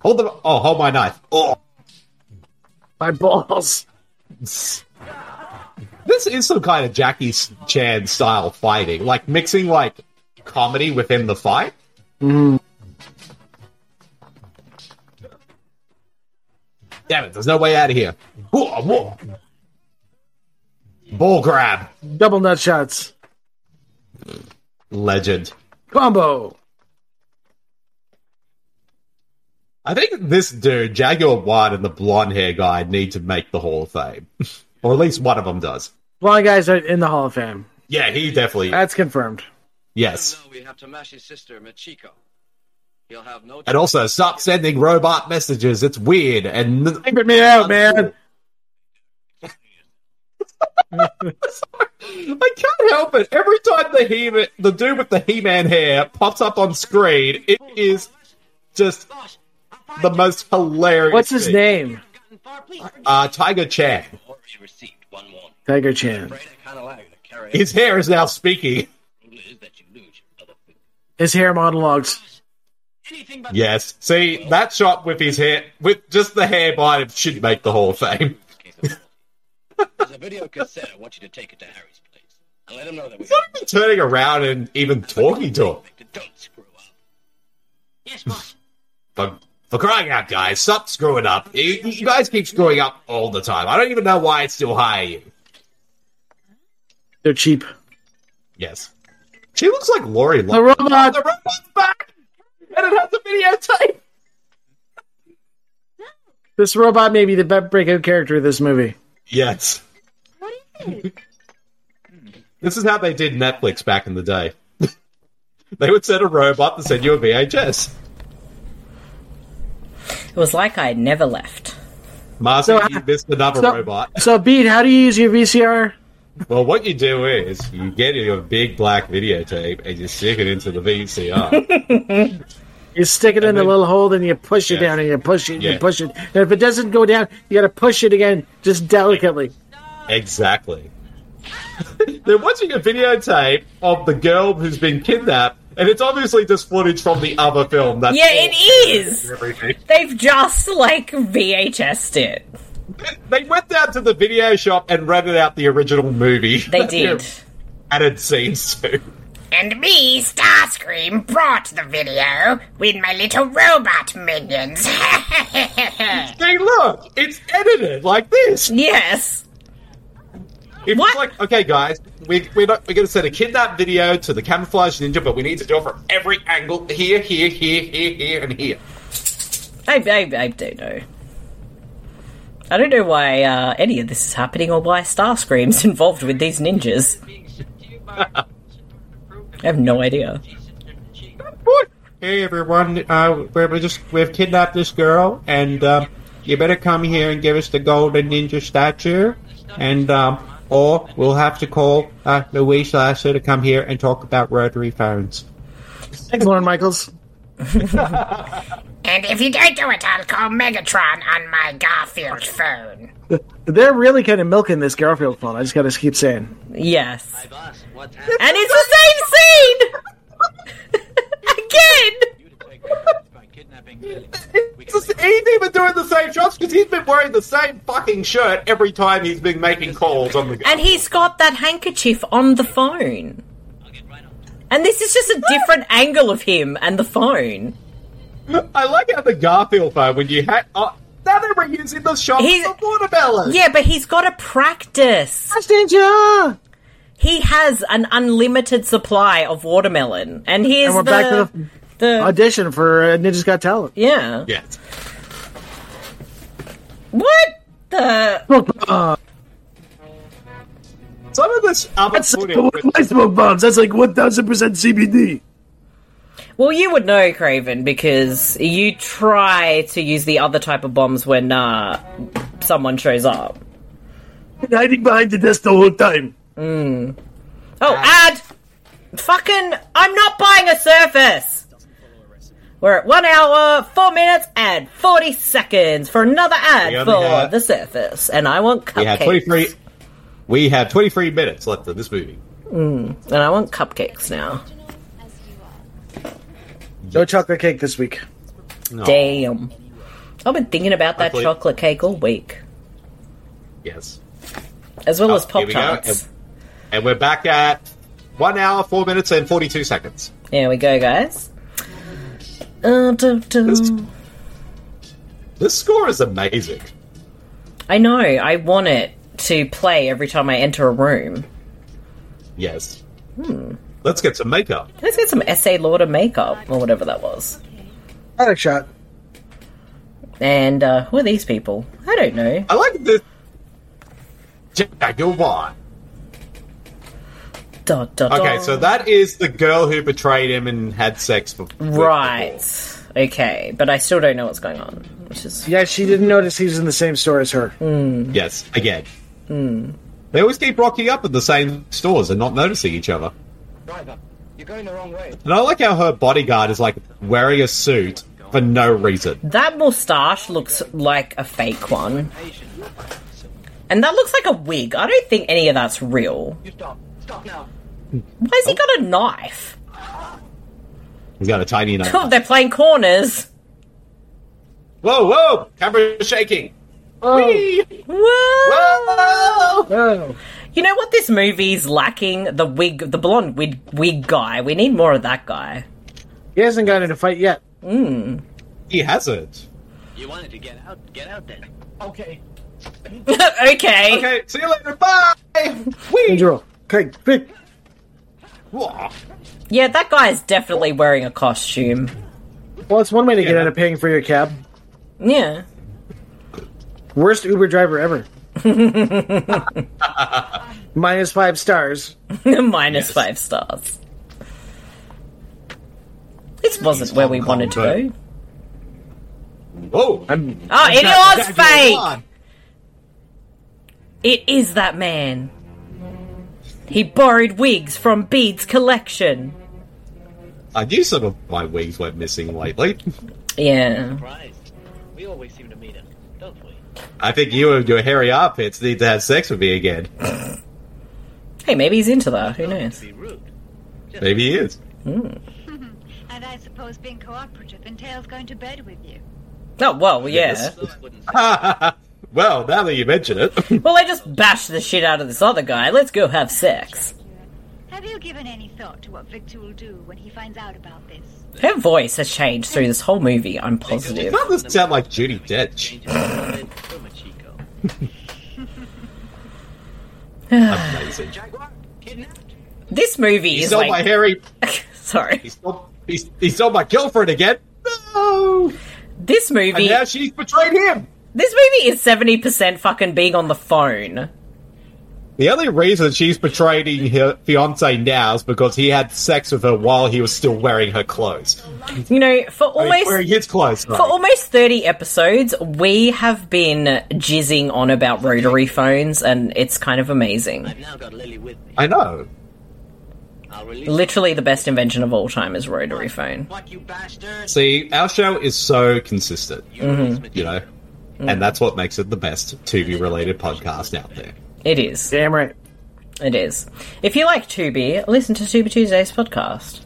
E: Hold the oh, hold my knife. Oh.
D: My balls.
E: This is some kind of Jackie Chan style fighting, like mixing like comedy within the fight. Damn it! There's no way out of here. Whoa, whoa. Ball grab,
D: Double nut shots.
E: legend.
D: Combo.
E: I think this dude, Jaguar One, and the blonde hair guy need to make the Hall of Fame, or at least one of them does.
D: Blonde guys are in the Hall of Fame.
E: Yeah, he definitely.
D: That's confirmed.
E: Yes.
F: No, we have to mash his sister, Machiko. He'll have no
E: And also, stop sending robot messages. It's weird. And
D: Figure me out, man.
E: I can't help it. Every time the he the dude with the He-Man hair pops up on screen, it is just
F: Boss,
E: the most hilarious.
D: What's his
E: thing.
D: name?
F: gotten far, please.
E: Uh, Tiger Chan.
F: Already received one warning.
D: Tiger Chan.
F: Afraid I can't allow you to carry
E: His hair is now speaking.
F: on. Is that you
D: His hair monologues.
J: Anything but
E: Yes. See, that shot with his hair, with just the hair by him, should make the Hall of Fame.
J: There's a video cassette. I want you to take it to Harry's place and let him know that we
E: Turning around and even talking to him.
J: don't screw up. Yes, boss.
E: For, for crying out, guys, stop screwing up. You, you guys keep screwing up all the time. I don't even know why I still hire you.
D: They're cheap.
E: Yes. She looks like Lori
D: The
E: Loughlin.
D: robot.
E: The robot's back! And it has a videotape!
D: This robot may be the best breakout character of this movie.
E: Yes.
I: What is it?
E: This is how they did Netflix back in the day. they would send a robot that send you a VHS.
A: It was like I had never left.
E: Marcy,
D: So-
E: you missed another
D: So,
E: robot.
D: so Beat, how do you use your VCR?
E: Well, what you do is you get your big black videotape and you stick it into the VCR.
D: You stick it in a
E: then-
D: little hole, and you push it
E: Yeah.
D: down, and you push it, and
E: Yeah.
D: you push it. And if it doesn't go down, you got to push it again, just delicately.
E: exactly. They're watching a videotape of the girl who's been kidnapped, and it's obviously just footage from the other film. That's
A: Yeah,
E: all-
A: it is.
E: Everything.
A: They've just like VHS'd it.
E: They went down to the video shop and rented out the original movie.
A: They
E: that
A: did.
E: Added scenes to.
A: And me, Starscream, brought the video with my little robot minions.
E: Hey, look, it's edited like this.
A: yes.
E: It's
A: What?
E: like, okay, guys, we, we're, not, we're going to send a kidnap video to the camouflage ninja, but we need to do it from every angle here, here, here, here, here, and here.
A: I, I, I don't know. I don't know why uh, any of this is happening or why Starscream's involved with these ninjas. I have no idea.
E: Hey, everyone, uh, we're, we're just, we've kidnapped this girl, and um, you better come here and give us the golden ninja statue, and um, or we'll have to call uh, Luis Lasser to come here and talk about rotary phones.
D: Thanks, Lauren Michaels.
A: And if you don't do it, I'll call Megatron on my Garfield phone.
D: They're really kind of milking this Garfield phone. I just got to keep saying.
A: Yes.
F: Hey, boss, what's happening?
A: And it's the same scene! Again!
J: You to take vengeance by kidnapping Lily. We
E: It's just- He's even doing the same shots because he's been wearing the same fucking shirt every time he's been making calls on the guy.
A: And he's got that handkerchief on the phone.
J: I'll get right on.
A: And this is just a different angle of him and the phone.
E: I like how the Garfield phone when you had. Oh, now they were using the shot
A: He's-
E: of the watermelon.
A: Yeah, but he's got to practice.
D: Ninja!
A: He has an unlimited supply of watermelon. And here's
D: And we're
A: the,
D: back to the
A: the
D: audition for uh, Ninja's Got Talent.
A: Yeah.
E: Yes.
A: What the
E: Some of this other
C: That's
E: footage.
C: what I smoke bombs. That's like one thousand percent CBD.
A: Well, you would know, Craven, because you try to use the other type of bombs when uh, someone shows up.
C: Been hiding behind the desk the whole time.
A: Oh, ad! Fucking, I'm not buying a Surface! We're at one hour, four minutes, and 40 seconds for another
E: We
A: ad
E: only
A: for
E: have-
A: the Surface. And I want
E: we had
A: cupcakes.
E: 23. We have 23 minutes left of this movie.
A: And I want cupcakes now.
I: As you are.
D: No chocolate cake this week.
E: No.
A: Damn. I've been thinking about that
E: Hopefully-
A: chocolate cake all week,
E: Yes.
A: as well
E: Oh,
A: as
E: here
A: Pop
E: we go.
A: Tarts.
E: And we're back at one hour, four minutes, and 42 seconds.
A: There we go, guys. Uh, dun, dun.
E: This- This score is amazing.
A: I know. I want it to play every time I enter a room.
E: Yes. Let's get some makeup.
A: Let's get some Essay Lauder makeup or whatever that was.
D: Product shot.
A: And uh, who are these people? I don't know.
E: I like this. Jaguar.
A: Da, da, da.
E: Okay, so that is the girl who betrayed him and had sex before.
A: right. Okay, but I still don't know what's going on, which is
D: Yeah, she didn't notice he was in the same store as her.
E: Yes, again. They always keep rocking up at the same stores and not noticing each other.
J: Driver, you're going the wrong way.
E: And I like how her bodyguard is like wearing a suit for no reason.
A: that mustache looks like a fake one,
J: Asian. So
A: and that looks like a wig. I don't think any of that's real.
J: you stop. Stop now.
A: Why's he got a knife?
E: He's got a tiny knife.
A: Oh, they're playing corners.
E: Whoa, whoa! Camera's shaking.
D: Oh.
E: Whee!
A: Whoa! You know what this movie's lacking? The wig, the blonde wig, wig guy. We need more of that guy.
D: He hasn't gotten in a fight yet.
A: Mm.
E: He hasn't.
J: You wanted to get out, get out then. Okay.
A: okay.
E: Okay, see you later. Bye! Whee!
D: Angel, okay, quick.
E: Whoa.
A: Yeah, that guy is definitely wearing a costume.
D: Well, it's one way to get
E: Yeah.
D: out of paying for your cab.
A: Yeah.
D: Worst Uber driver ever. Minus five stars.
A: Minus five stars. This wasn't where we wanted to go.
E: Whoa!
D: I'm.
A: Oh, it was
E: Gotta do it
A: fake!
E: on.
A: It is that man. He borrowed wigs from Bede's collection.
E: I knew some of my wings went missing lately.
A: Yeah.
J: Surprised. We always seem to meet him, don't we?
E: I think you and your hairy armpits need to have sex with me again.
A: Hey, maybe he's into that. Who
J: Don't
A: knows?
J: Be rude. Just
E: Maybe he is.
I: And I suppose being cooperative entails going to bed with you.
A: Oh, well, yeah.
J: so I wouldn't say
E: well, now that you mention it,
A: Well, I just bashed the shit out of this other guy. Let's go have sex.
I: Have you given any thought to what Victor will do when he finds out about this?
A: Her voice has changed through this whole movie, I'm positive.
E: that doesn't sound like Judy Dench.
J: change it a little bit from a Chico.
E: Amazing.
J: Jaguar kidnapped?
A: This movie
E: He
A: is
E: stole my
A: like.
E: hairy. He
A: Sorry.
E: stole, he, he stole my girlfriend again. No.
A: This
E: And
A: movie.
E: now she's betrayed him.
A: This movie is 70% fucking being on the phone.
E: The only reason she's betraying her fiance now is because he had sex with her while he was still wearing her clothes.
A: You know, for
E: I mean,
A: almost.
E: wearing his clothes. sorry.
A: For almost 30 episodes, we have been jizzing on about rotary phones, and it's kind of amazing.
J: I've now got Lily with me.
E: I know.
J: I'll release
A: Literally the best invention of all time is rotary phone.
J: What, you bastard?
E: See, our show is so consistent,
J: You release me.
E: you know, and that's what makes it the best TV-related podcast out there.
A: It is.
D: Damn right.
A: It is. If you like Tubi, listen to Tubi Tuesday's podcast.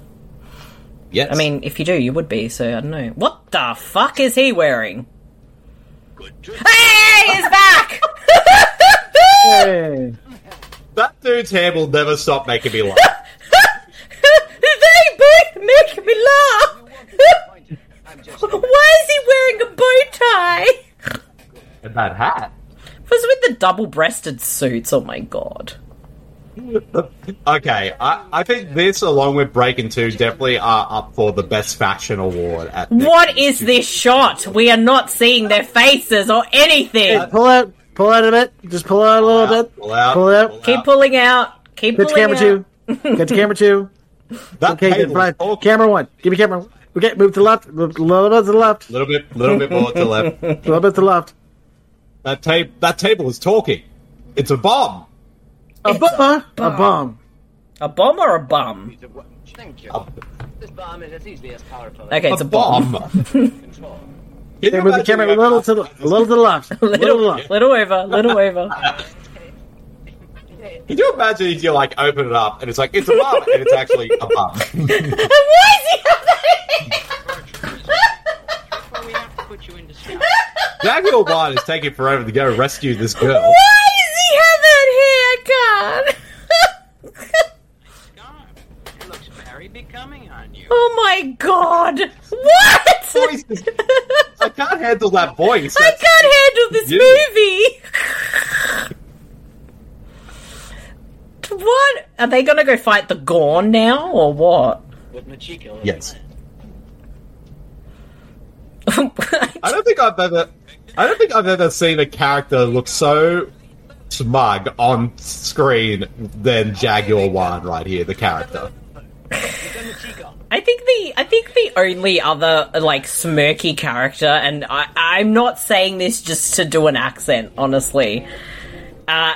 E: Yes.
A: I mean, if you do, you would be, so I don't know. What the fuck is he wearing?
J: Good drink.
A: Hey, he's back!
D: Hey.
E: that dude's hair will never stop making me laugh.
A: they both make me laugh!
J: I'm just
A: Why is he wearing a bow tie?
E: and that hat.
A: Was with the double breasted suits, oh my god.
E: Okay, I, I think this, along with Breaking Two, definitely are up for the best fashion award. At this.
A: What is this shot? We are not seeing their faces or anything.
D: Pull out. Pull out a bit. Just pull out a little bit.
E: Pull out,
D: Pull out.
E: pull
A: Keep
E: out.
A: pulling out. Keep
D: Get to
A: pulling
D: camera
A: out.
D: two. Get to camera two.
E: That
D: Okay,
E: table
D: good. Fine.
E: talk
D: Camera one. Give me camera. one. Okay, move to the left. Move a little bit to the left.
E: a little bit, little bit more to the left.
D: A little bit to the left.
E: That table, that table is talking. It's a bomb.
D: A bomb. A
A: bomb.
D: bomb.
A: A bomb or a bum?
J: Thank you.
E: A,
J: This bomb is as easily as powerful
A: Okay,
E: a
A: it's a bomb.
J: control.
E: Can you
D: Okay, move the
E: imagine
D: camera a
E: going-
D: little to the a little to the left. A little to the
A: Little,
D: left.
A: little over, little over.
E: Can you imagine if you like open it up and it's like it's a bomb and it's actually a bomb?
A: Why is he have
J: Well, we have to put you into sleep.
E: Jaguar One is taking forever to go rescue this girl.
A: Why does he have that hair, God?
J: It looks very becoming on you.
A: oh my god! What?
E: Voice is- I can't handle that voice.
A: I
E: That's-
A: can't handle this
E: You.
A: movie. what are they gonna go fight the Gorn now or what?
J: With Machiko. as
E: Yes.
J: a man.
E: I don't think I've ever. I don't think I've ever seen a character look so smug on screen than Jaguar One right here. The character.
J: You've done Machiko.
A: I think the I think the only other like smirky character, and I, I'm not saying this just to do an accent, honestly. Uh,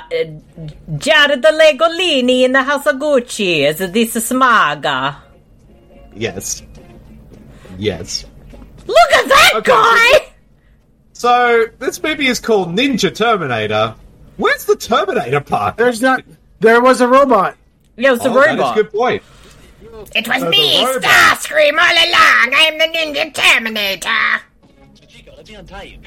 A: Jared the Legolini in the House of Gucci is this Smaga.
E: Yes. Yes.
A: Look at that
E: Okay.
A: guy!
E: So this movie is called Ninja Terminator. Where's the Terminator part?
D: There's not. There was a robot.
A: Yeah, it was a
E: Oh, that is
A: robot.
E: a good point.
A: It was
K: Uh,
A: me,
K: the robot.
A: Starscream, all along. I am the Ninja Terminator.
K: Chico, let me untie you.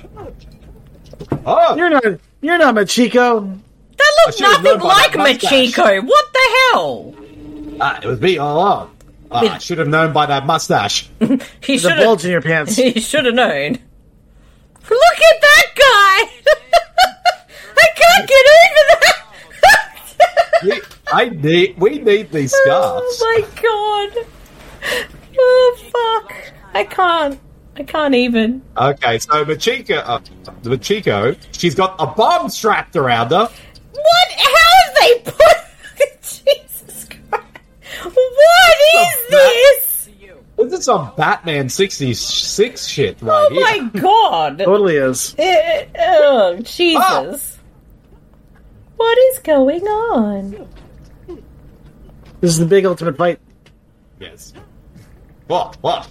E: Oh,
D: you're not you're not Machiko.
A: That
D: looked nothing
A: Like Machiko, what the hell?
E: Ah, it was me all along. Ah, I should have known by that mustache.
A: He
D: There's a
A: shoulda-
D: bulge in your pants.
A: He should have known. Look at that guy! I can't get over that!
E: We- I need. We need these scarves.
A: Oh my god! Oh fuck! I can't. I can't even.
E: Okay, so Machiko, uh, Machiko, she's got a bomb strapped around her.
A: What? How have they put? Jesus Christ! What is this?
E: This is some Batman '66 shit right
A: Oh my
E: here.
A: god!
D: Totally is.
A: Eh, oh Jesus! Ah. What is going on?
D: This is the big ultimate fight.
E: Yes. What? What?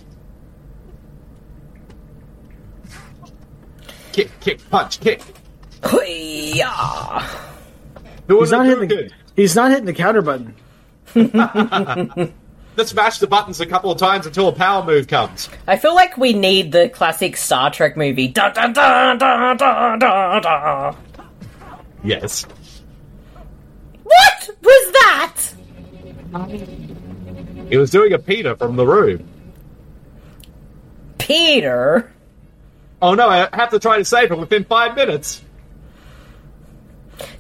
E: Kick, kick, punch, kick.
A: Yeah.
D: He's not hitting the, he's not hitting the counter button.
E: Let's smash the buttons a couple of times until a power move comes.
A: I feel like we need the classic Star Trek movie. Da da da da da da da.
E: Yes.
A: What was that?
E: He was doing a Peter from the room.
A: Peter?
E: Oh no, I have to try to save him within five minutes.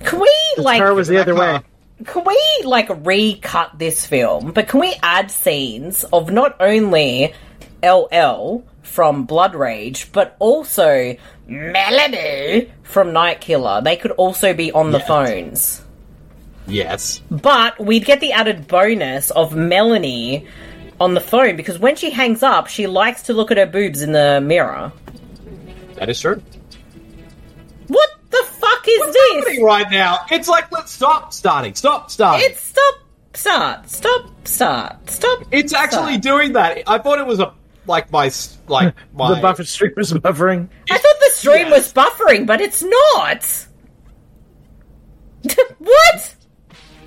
A: Can we like?
D: was the other way.
A: Can we like recut this film? But can we add scenes of not only LL from Blood Rage, but also Melody from Night Killer? They could also be on the phones.
E: Yes.
A: But we'd get the added bonus of Melanie on the phone because when she hangs up, she likes to look at her boobs in the mirror.
E: That is true.
A: What the fuck is this?
E: Right now, it's like let's stop starting, stop starting.
A: It's stop, start, stop, start, stop.
E: It's actually doing that. I thought it was a like my s- like my
D: The buffer stream is buffering.
A: I thought the stream was buffering, but it's not. what?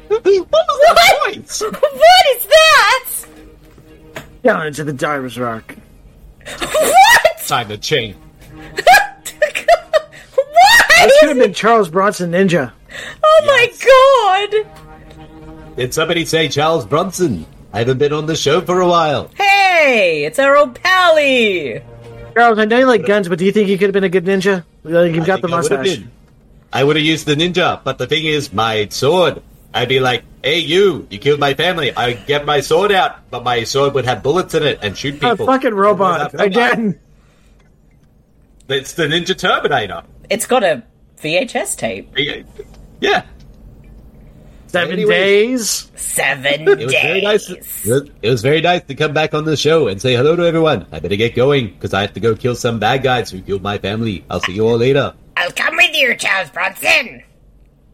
E: what was that noise?
A: what is that?
D: Down into the Divers Rock.
A: What?
E: Time to change.
D: This could have been Charles Bronson Ninja.
A: Oh my god!
E: Did somebody say Charles Bronson? I haven't been on the show for a while.
A: Hey, it's our old pally.
D: Charles, I know you like guns, but do you think you could have been a good ninja? Like, you've got the
E: I would have
D: mustache.
E: been. I would have used the ninja, but the thing is, my sword. I'd be like, "Hey, you! You killed my family. I get my sword out, but my sword would have bullets in it and shoot
D: A
E: people."
D: fucking robot again.
E: It's the Ninja Terminator.
A: It's got a VHS tape.
E: Yeah.
D: Seven
E: Anyway.
D: days.
A: Seven
E: It was
A: days.
E: very nice. It it was very nice to come back on the show and say hello to everyone. I better get going because I have to go kill some bad guys who killed my family. I'll see you all later.
A: I'll come with you, Charles Bronson.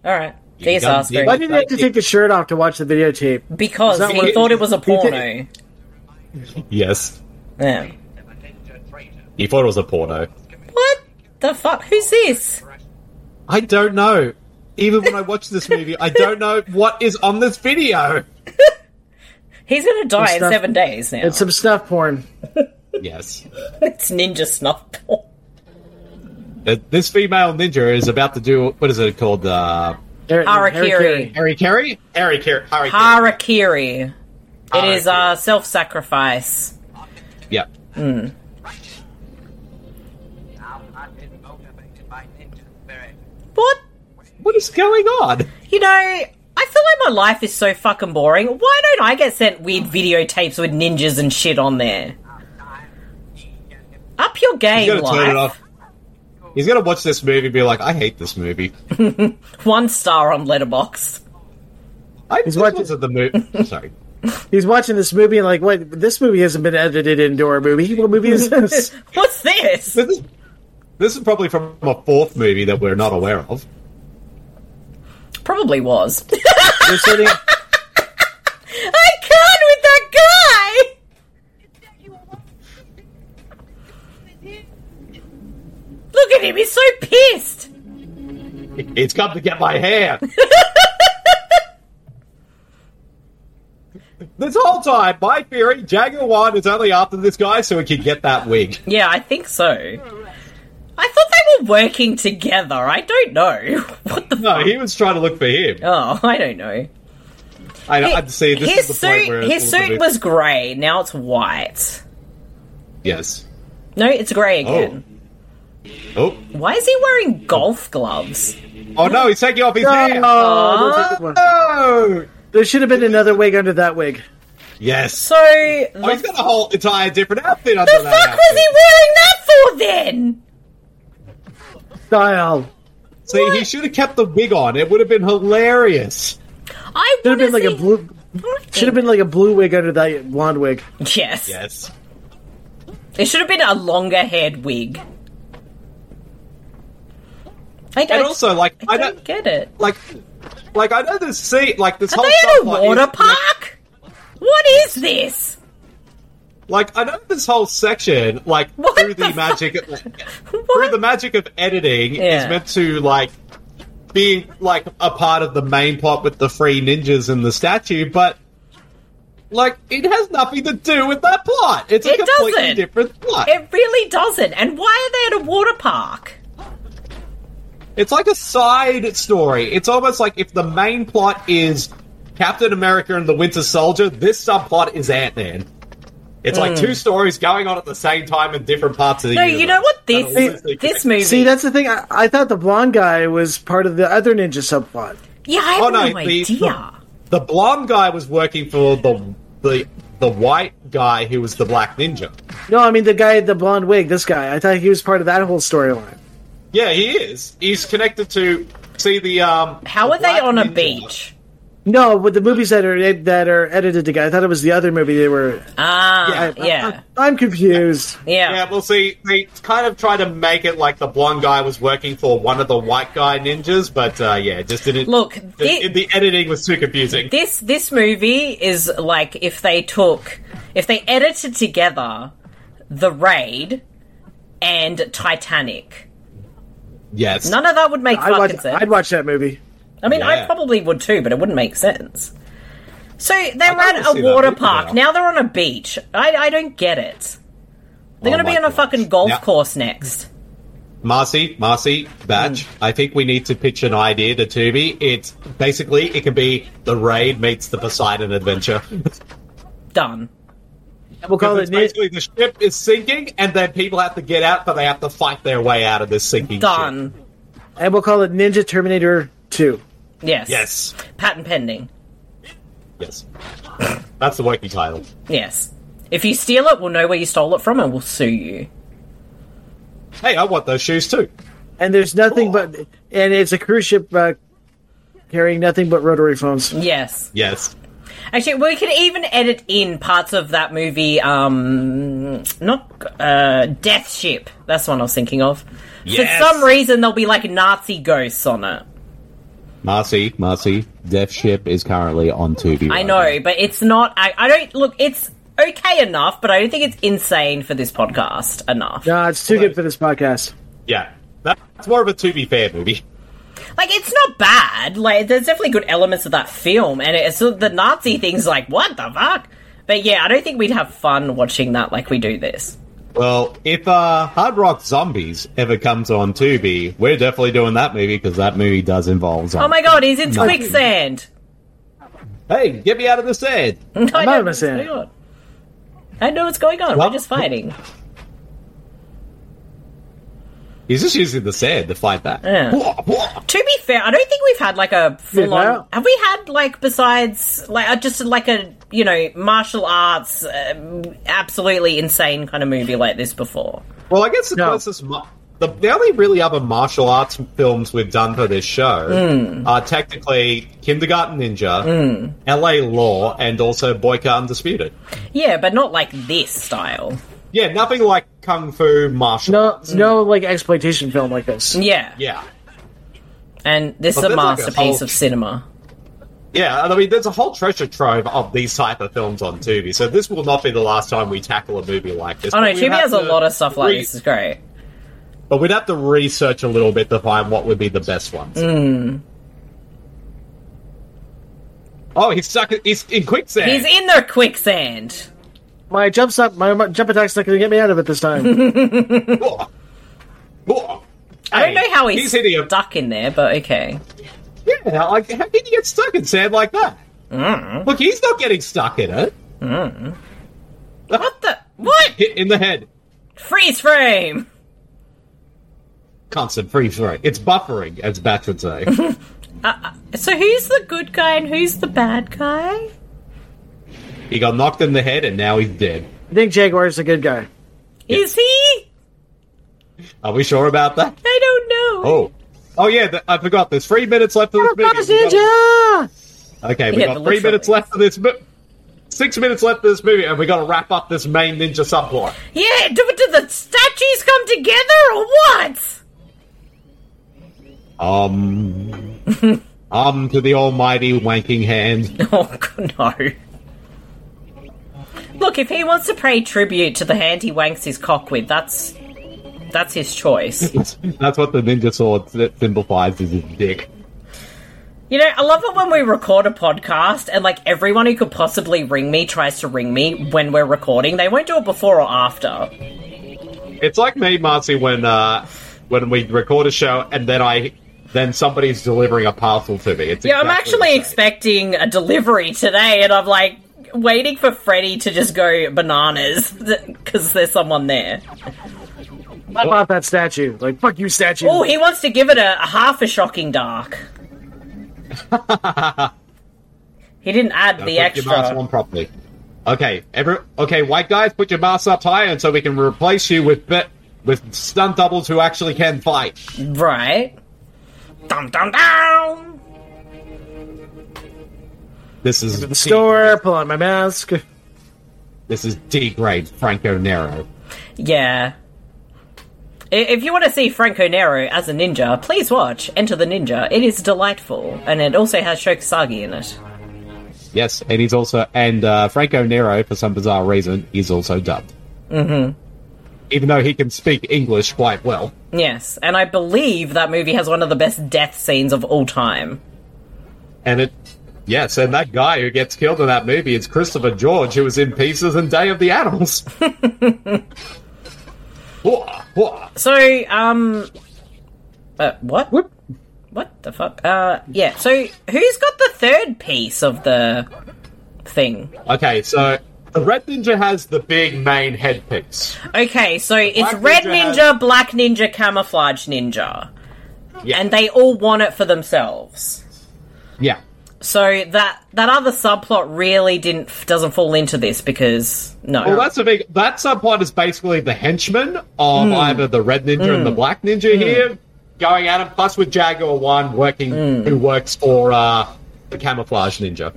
A: All right.
E: You
A: These
E: dumb
A: are
E: bitch.
D: Why did he have to
E: Like,
D: take the shirt off to watch the videotape?
A: Because
D: Is that
A: he
D: what-
A: thought it was a
D: He did-
A: porno.
E: Yes.
A: Yeah.
E: He thought it was a porno.
A: The fuck? Who's this?
E: I don't know. Even when I watch this movie, I don't know what is on this video.
A: He's gonna die
D: Some
A: in
D: stuff-
A: seven days now.
D: It's some snuff porn.
E: Yes.
A: it's ninja snuff.
E: Uh, This female ninja is about to do, what is it called? Uh,
A: Harakiri.
E: Harry Carey? Harry Carey. Harry Carey.
A: Harakiri. It is uh, self sacrifice.
E: Yeah.
A: Mm. What?
E: What is going on?
A: You know, I feel like my life is so fucking boring. Why don't I get sent weird videotapes with ninjas and shit on there? Up your
E: He's
A: game,
E: going to turn it
A: life.
E: off. He's going to watch this movie and be like, I hate this movie.
A: One star on Letterbox.
E: I He's watching the movie. Sorry.
D: He's watching this movie and like, what? This movie hasn't been edited into our movie. What movie is this?
A: What's this?
E: This is, this is probably from a fourth movie that we're not aware of.
A: Probably was.
D: They're sitting.
A: I can't with that guy! Look at him, he's so pissed!
E: It's come to get my hair. This whole time, my theory, Jaguar One is only after this guy so he can get that wig.
A: Yeah, I think so. I thought they were working together. I don't know. What the
E: No, he was trying to look for him.
A: Oh, I don't know.
E: I,
A: Hi-
E: I see. This
A: his
E: is the
A: suit,
E: point where
A: his
E: it's all the
A: suit
E: big-
A: was grey. Now it's white.
E: yes.
A: No, it's grey again.
E: Oh.
A: Why is he wearing golf gloves?
E: Oh no, he's taking off his
D: No, that's a good one. There should have been another wig under that wig.
E: Yes.
A: So oh,
E: he's got a whole entire different outfit
A: The
E: under
A: fuck
E: that.
A: was he wearing that for then?
D: Style.
E: See, he should have kept the wig on. It would have been hilarious.
A: I
D: should have been like a blue. Should have been like a blue wig under that blonde wig.
A: Yes.
E: Yes.
A: It should have been a longer haired wig. I don't,
E: and also, like, I don't,
A: get it.
E: Like, like I know this scene, like this
A: Are
E: whole
A: they in a
E: subplot
A: water
E: is-
A: park? What is this?
E: Like I know this whole section, like through the, magic, through the magic of editing,
A: Yeah.
E: is meant to like be like a part of the main plot with the three ninjas and the statue, but like it has nothing to do with that plot. It's a
A: it
E: completely
A: doesn't.
E: different plot.
A: It really doesn't. And why are they at a water park?
E: It's like a side story. It's almost like if the main plot is Captain America and the Winter Soldier, this subplot is Ant Man. It's like
D: Mm.
E: two stories going on at the same time in different parts of the
A: Hmm. No,
E: universe.
A: you know what
E: That'll
A: this
E: literally-
A: this movie.
D: See, that's the thing. I, I thought the blonde guy was part of the other ninja subplot.
A: yeah, I have
E: Oh,
A: no,
E: no, the-
A: idea.
E: the blonde guy was working for the the the white guy who was the black ninja.
D: No, I mean the guy, with the blonde wig. This guy. I thought he was part of that whole storyline.
E: Yeah, he is. He's connected to see the um.
A: How are they on a beach?
D: No, but the movies that are that are edited together. I thought it was the other movie they were.
A: Ah,
D: I-
A: yeah,
D: I-
A: yeah.
D: I, am confused.
E: Yeah, well, see, they kind of tried to make it like the blonde guy was working for one of the white guy ninjas, but uh, yeah, it just didn't.
A: Look,
E: the, the editing was too confusing.
A: This this movie is like if they took if they edited together The Raid and Titanic.
E: Yes.
A: None of that would make
D: I'd
A: fucking
D: watch,
A: sense.
D: I'd watch that movie.
A: I mean, I
D: Yeah.
A: probably would too, but it wouldn't make sense. So they were
D: kinda
A: at a
D: see that
A: water
D: movie
A: park.
D: now.
A: Now they're on a beach. I, I don't get it. They're
E: Oh
A: going to be on
E: my
A: a fucking golf
E: Now-
A: course next.
E: Marcy, Marcy,
A: Mm.
E: Batch, I think we need to pitch an idea to Tubi. It's basically, it can be the raid meets the Poseidon adventure.
A: Done.
D: We'll call
E: it basically the ship is sinking, and then people have to get out, but they have to fight their way out of this sinking ship.
A: Done.
D: And we'll call it Ninja Terminator Two.
A: Yes.
E: Yes.
A: Patent pending.
E: Yes. That's the working title.
A: Yes. If you steal it, we'll know where you stole it from and we'll sue you.
E: Hey, I want those shoes too.
D: And there's nothing but, and it's a cruise ship uh, carrying nothing but rotary phones.
A: Yes.
E: Yes.
A: Actually, we could even edit in parts of that movie. Um, not uh, Death Ship. That's the one I was thinking of.
E: Yes.
A: For some reason, there'll be like Nazi ghosts on it.
E: Marcy, Marcy, Death Ship is currently on Tubi.
A: I know, but it's not. I, I don't look. It's okay enough, but I don't think it's insane for this podcast enough.
D: No, it's too good for this podcast.
E: Yeah. That's more of a Tubi fair movie.
A: Like, it's not bad. Like, there's definitely good elements of that film, and it's so the Nazi thing's like, what the fuck? But yeah, I don't think we'd have fun watching that like we do this.
E: Well, if uh, Hard Rock Zombies ever comes on Tubi, we're definitely doing that movie because that movie does involve zombies.
A: Oh my god, he's in
E: Nothing.
A: quicksand.
E: Hey, get me out of the sand!
A: No, I
D: out
A: know
D: of
A: what's
D: sand.
A: going on. I know what's going on. We're just fighting.
E: He's just using the sand to fight back.
A: Yeah. To be fair, I don't think we've had like a full on.
E: no.
A: Have we had like besides like uh, just like a you know martial arts um, absolutely insane kind of movie like this before?
E: Well, I guess the closest. Ma- the, the only really other martial arts films we've done for this show
A: Mm.
E: are technically Kindergarten Ninja,
A: Hmm.
E: LA Law, and also Boyka Undisputed.
A: Yeah, but not like this style.
E: Yeah, nothing like kung fu martial
D: no, arts. No, like exploitation film like this.
A: Yeah,
E: Yeah.
A: and this
E: But
A: is a
E: there's, like, a
A: masterpiece
E: whole-
A: of cinema.
E: Yeah, and I mean, there's a whole treasure trove of these type of films on Tubi, so this will not be the last time we tackle a movie like this.
A: oh no,
E: But we'd
A: Tubi
E: have
A: has a
E: to
A: lot of stuff like
E: re-
A: this. It's great.
E: But we'd have to research a little
A: Hmm.
E: bit to find what would be the best ones.
A: Mm.
E: Oh, he's stuck. He's in quicksand.
A: He's in the quicksand.
D: My jump stop, my, my jump attack's not going to get me out of it this time.
A: I don't know how he's,
E: he's hitting
A: stuck in there, but okay.
E: Yeah, like how can you get stuck in sand like that?
A: Mm.
E: Look, he's not getting stuck in it. What
A: the what?
E: Hit in the head.
A: Freeze frame.
E: Constant freeze throw. It's buffering, as Bats would say.
A: So who's the good guy and who's the bad guy?
E: he got knocked in the head and now he's dead.
D: I think Jaguar's a good guy.
A: Is he?
E: Are we sure about that?
A: I don't know.
E: Oh, oh yeah, th- I forgot. There's three minutes left of this movie. We got- Okay, we
A: Yeah, but
E: got three
A: literally.
E: minutes left of this. mo- Six minutes left of this movie, and we got to wrap up this main ninja subplot.
A: Yeah, do, do the statues come together or what?
E: Um, um, to the almighty wanking hand.
A: Oh no! Look, if he wants to pay tribute to the hand he wanks his cock with, that's that's his choice.
E: That's what the ninja sword s- simplifies is his dick.
A: You know, I love it when we record a podcast and like everyone who could possibly ring me tries to ring me when we're recording. They won't do it before or after.
E: It's like me, Marcy, when uh, when we record a show and then I then somebody's delivering a parcel to me. It's
A: Yeah, I'm
E: exactly-
A: actually expecting a delivery today, and I'm like waiting for Freddy to just go bananas because there's someone there.
D: I bought that statue. Like, fuck you, statue.
A: Oh, he wants to give it a, a half a shocking dark. he didn't add
E: Now
A: the
E: put
A: extra.
E: Your mask on properly. Okay, every okay, white guys, put your masks up higher, and so we can replace you with bit with stunt doubles who actually can fight.
A: Right. Dum dum dum.
E: This is
D: the store, pull on my mask.
E: this is D grade Franco Nero.
A: Yeah. I- If you want to see Franco Nero as a ninja, please watch Enter the Ninja. It is delightful, and it also has Shokusagi in it.
E: Yes, and he's also and uh, Franco Nero for some bizarre reason is also dubbed,
A: Mm
E: even though he can speak English quite well.
A: hmm. Yes, and I believe that movie has one of the best death scenes of all time.
E: And it yes, and that guy who gets killed in that movie is Christopher George, who was in Pieces and Day of the Animals. Whoa, whoa.
A: So, um. Uh, what? What the fuck? Uh, yeah, so who's got the third piece of the thing?
E: Okay, so the Red Ninja has the big main headpiece.
A: Okay, so it's
E: Black
A: Red
E: Ninja
A: Ninja, Black Ninja, Camouflage Ninja. And they all want it for themselves.
E: Yeah.
A: So that that other subplot really didn't doesn't fall into this because no.
E: Well, that's a big. That subplot is basically the henchmen of
A: Mm.
E: either the Red Ninja and the
A: Mm.
E: Black Ninja
A: Mm.
E: here going at him, plus with Jaguar One working, who works for uh, the Camouflage Ninja.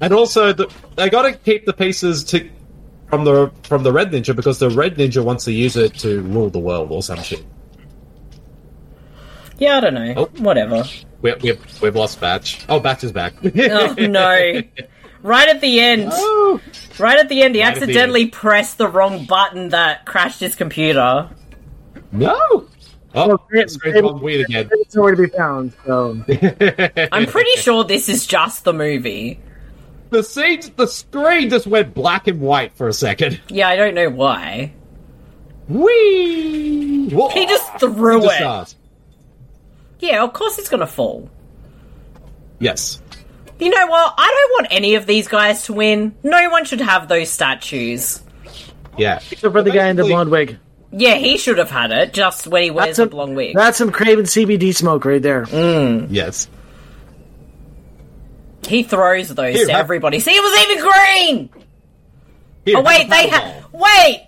E: And also, the, they got to keep the pieces to from the from the Red Ninja because the Red Ninja wants to use it to rule the world or some shit.
A: yeah, I don't know.
E: Oh.
A: Whatever.
E: We're, we're, we've lost Batch. Oh, Batch is back.
A: oh no. Right at the end.
E: Oh.
A: Right at the end he
E: Right at the
A: accidentally pressed the wrong button that crashed his computer.
E: No. Oh, the screen's gone weird again.
D: It's nowhere to be found, so.
A: I'm pretty sure this is just the movie.
E: The scene, the screen just went black and white for a second.
A: Yeah, I don't know why.
E: Whee!
A: He just threw
E: Just
A: it.
E: asked.
A: Yeah, of course it's gonna fall.
E: Yes.
A: You know what? I don't want any of these guys to win. No one should have those statues.
E: Yeah.
D: Except for the guy in the blonde wig.
A: Yeah, he should have had it just when he wears
D: That's a-
A: a long wig. Mm.
D: That's some Craven CBD smoke right there.
E: Yes.
A: He throws those
D: Here,
A: to
D: have-
A: everybody. See, it was even green.
D: Here,
A: oh wait,
D: have a
A: they ha- wait.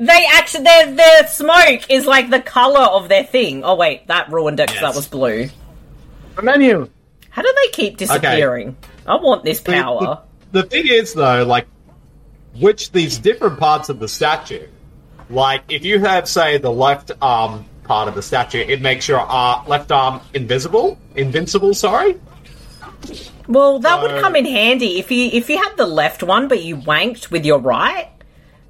A: They actually their their smoke is like the color of their thing. Oh wait, that ruined it 'cause that was blue.
D: The menu.
A: How do they keep disappearing? I want this
E: The- the-
A: power.
E: The thing is, though, like, which these different parts of the statue, like, if you have, say, the left arm part of the statue, it makes your uh, left arm invisible, invincible, sorry.
A: Well, that would
E: So-
A: come in handy if you if you had the left one, but you wanked with your right.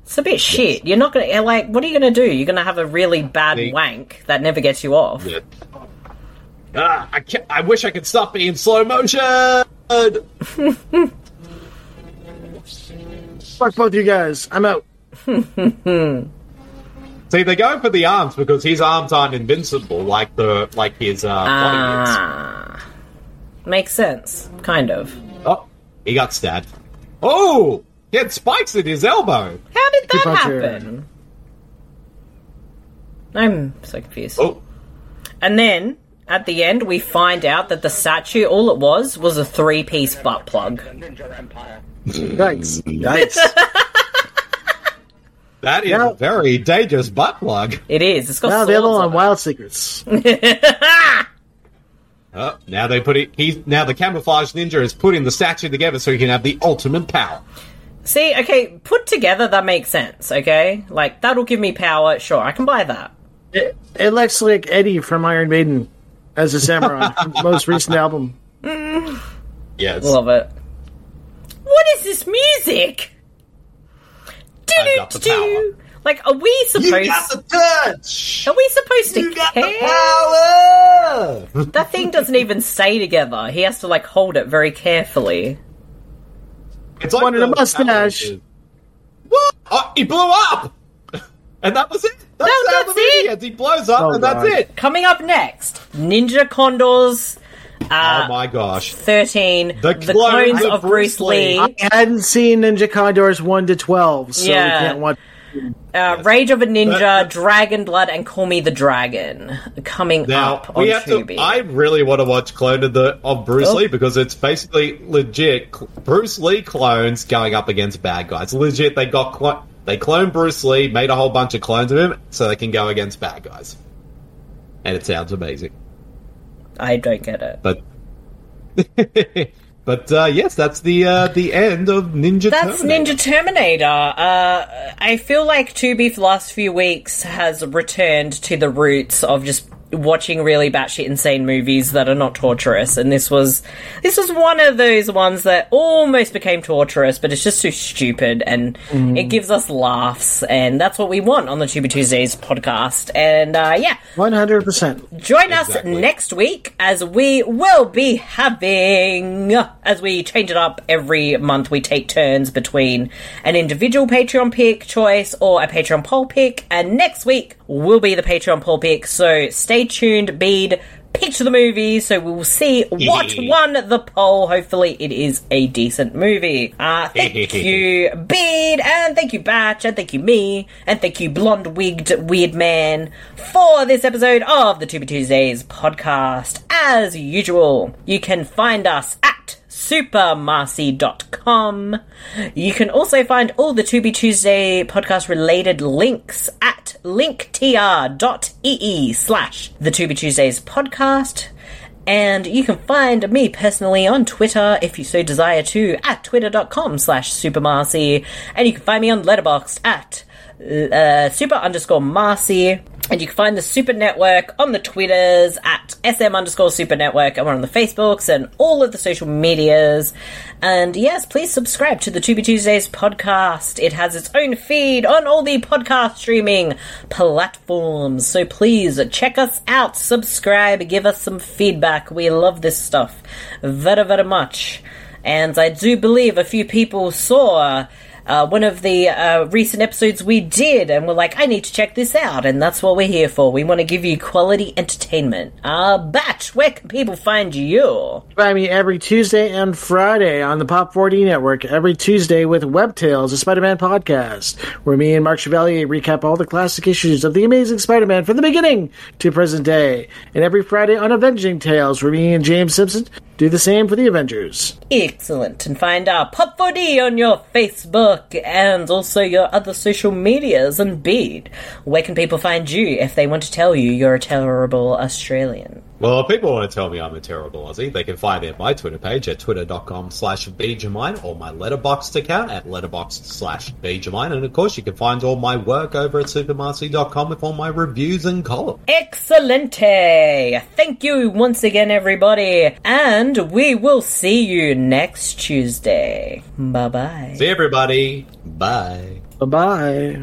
A: It's a bit shit. You're not gonna like. What are you gonna do? You're gonna have a really bad wank that never gets you off.
E: Yeah. Ah, I, ca I wish I could stop being slow motion.
D: Fuck both you guys. I'm out.
E: See, they're going for the arms because his arms aren't invincible like the like his uh, body is.
A: Ah. Makes sense. Kind of.
E: Oh, he got stabbed. Oh, he had spikes in his elbow.
A: How did
E: Good
A: that
E: puncher.
A: happen? I'm so confused.
E: Oh.
A: And then at the end, we find out that the statue, all it was, was a three piece butt plug.
D: Yikes. Yikes.
E: That is a very dangerous butt plug.
A: It is. It's got
D: now available
A: swords
D: on Wild Secrets.
E: Oh, now they put it. He's now the camouflage ninja is putting the statue together so he can have the ultimate power.
A: See, okay, put together, that makes sense, okay? Like, that'll give me power. Sure, I can buy that.
D: It, it looks like Eddie from Iron Maiden as a samurai from the most recent album.
A: Mm.
E: Yes.
A: Love it. What is this music?
E: I've got the power.
A: Like, are we supposed?
E: got the touch.
A: Are we supposed to care?
E: power.
A: that thing doesn't even stay together. He has to like hold it very carefully.
E: It's like
D: Wanted a mustache.
E: What? Oh, he blew up, and that was it.
A: No,
E: That's how
A: that's
E: the movie ends. He blows up, and that's it.
A: Coming up next, Ninja Condors. Uh,
E: oh my gosh!
A: Thirteen. The, clones of Bruce Lee.
D: I hadn't seen Ninja Condors 1 to 12, so
A: Yeah.
D: we can't watch.
A: Uh, Rage of a Ninja, Dragon Blood, and Call Me the Dragon coming up on
E: we have
A: Tubi.
E: to. I really want to watch Clone of the of Bruce
A: Oh.
E: Lee because it's basically legit cl- Bruce Lee clones going up against bad guys. Legit, they got clo- they cloned Bruce Lee, made a whole bunch of clones of him, so they can go against bad guys. And it sounds amazing,
A: I don't get it.
E: but but uh, yes, that's the uh, the end of Ninja.
A: That's
E: Turtles.
A: Ninja Terminator. Uh, I feel like Tubi for the last few weeks has returned to the roots of just watching really batshit insane movies that are not torturous, and this was this was one of those ones that almost became torturous, but it's just too stupid, and
L: Mm.
A: it gives us laughs, and that's what we want on the Tubi Tuesdays podcast. And uh, yeah,
D: 100%.
A: Join us next week as we will be having, as we change it up every month, we take turns between an individual Patreon pick choice or a Patreon poll pick. And next week will be the Patreon poll pick. So stay tuned, Bede. Picture the movie, so we will see what
L: Yeah.
A: won the poll. Hopefully, it is a decent movie. Uh, thank you, Beard, and thank you, Batch, and thank you, me, and thank you, blonde wigged weird man, for this episode of the To Be Tuesdays podcast. As usual, you can find us at supermarcy.com. You can also find all the To Be Tuesday podcast related links at linktr.ee E slash the To Be Tuesdays podcast. And you can find me personally on Twitter if you so desire to at twitter.com slash supermarcy. And you can find me on Letterboxd at uh, super underscore Marcy. And you can find the Super Network on the Twitters at SM underscore Super Network. And we're on the Facebooks and all of the social medias. And yes, please subscribe to the To Be Tuesdays podcast. It has its own feed on all the podcast streaming platforms. So please check us out, subscribe, give us some feedback. We love this stuff very, very much. And I do believe a few people saw uh, one of the uh, recent episodes we did and were like, I need to check this out. And that's what we're here for. We want to give you quality entertainment. Uh, Batch, where can people find you?
D: Find me every Tuesday and Friday on the Pop 4D Network. Every Tuesday with Web Tales, a Spider-Man podcast, where me and Mark Chevalier recap all the classic issues of the Amazing Spider-Man from the beginning to present day. And every Friday on Avenging Tales, where me and James Simpson do the same for the Avengers.
A: Excellent. And find our Pop4D on your Facebook and also your other social medias. And Bede, where can people find you if they want to tell you you're a terrible Australian?
E: Well, if people want to tell me I'm a terrible Aussie, they can find me at my Twitter page at twitter.com slash bjamine or my letterboxd account at letterboxd slash bjamine. And of course, you can find all my work over at supermarcy.com with all my reviews and columns.
A: Excellente! Thank you once again, everybody. And we will see you next Tuesday. Bye bye.
E: See everybody. Bye.
D: Bye-bye.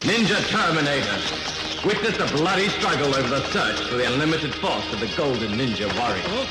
M: Ninja Terminator.
F: witnessed a bloody struggle over the search for the unlimited force of the Golden Ninja Warrior.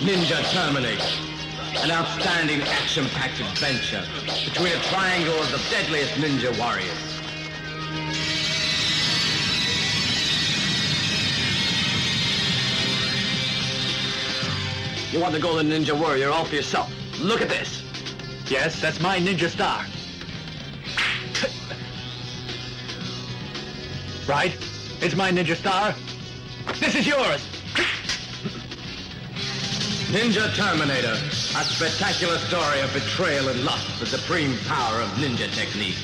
F: Ninja Terminator. An outstanding action-packed adventure between a triangle of the deadliest ninja warriors. You want the Golden Ninja Warrior all for yourself. Look at this. Yes, that's my ninja star. Right? It's my ninja star. This is yours. Ninja Terminator, a spectacular story of betrayal and lust for supreme power of ninja technique.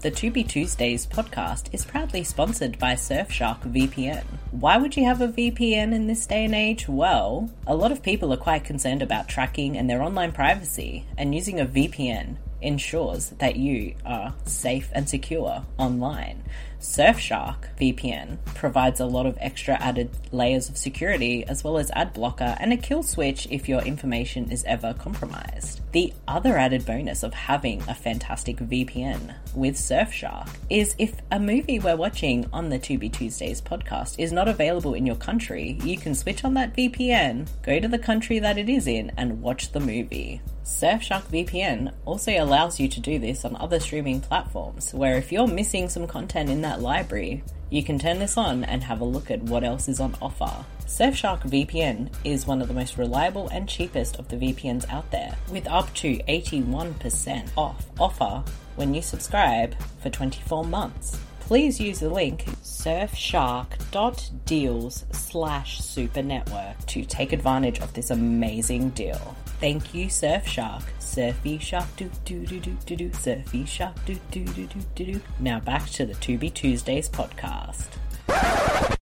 A: The To Be Tuesdays podcast is proudly sponsored by Surfshark VPN. Why would you have a VPN in this day and age? Well, a lot of people are quite concerned about tracking and their online privacy, and using a VPN ensures that you are safe and secure online. Surfshark VPN provides a lot of extra added layers of security, as well as ad blocker and a kill switch if your information is ever compromised. The other added bonus of having a fantastic VPN with Surfshark is if a movie we're watching on the 2B Tuesdays podcast is not available in your country, you can switch on that VPN, go to the country that it is in, and watch the movie. Surfshark VPN also allows you to do this on other streaming platforms, where if you're missing some content in that library, you can turn this on and have a look at what else is on offer. Surfshark VPN is one of the most reliable and cheapest of the VPNs out there, with up to 81% off offer when you subscribe for 24 months. Please use the link surfshark.deals slash supernetwork to take advantage of this amazing deal. Thank you, Surfshark. Surfy shark do do do do do do. Surfy shark do do do do do do. Now back to the To Be Tuesdays podcast.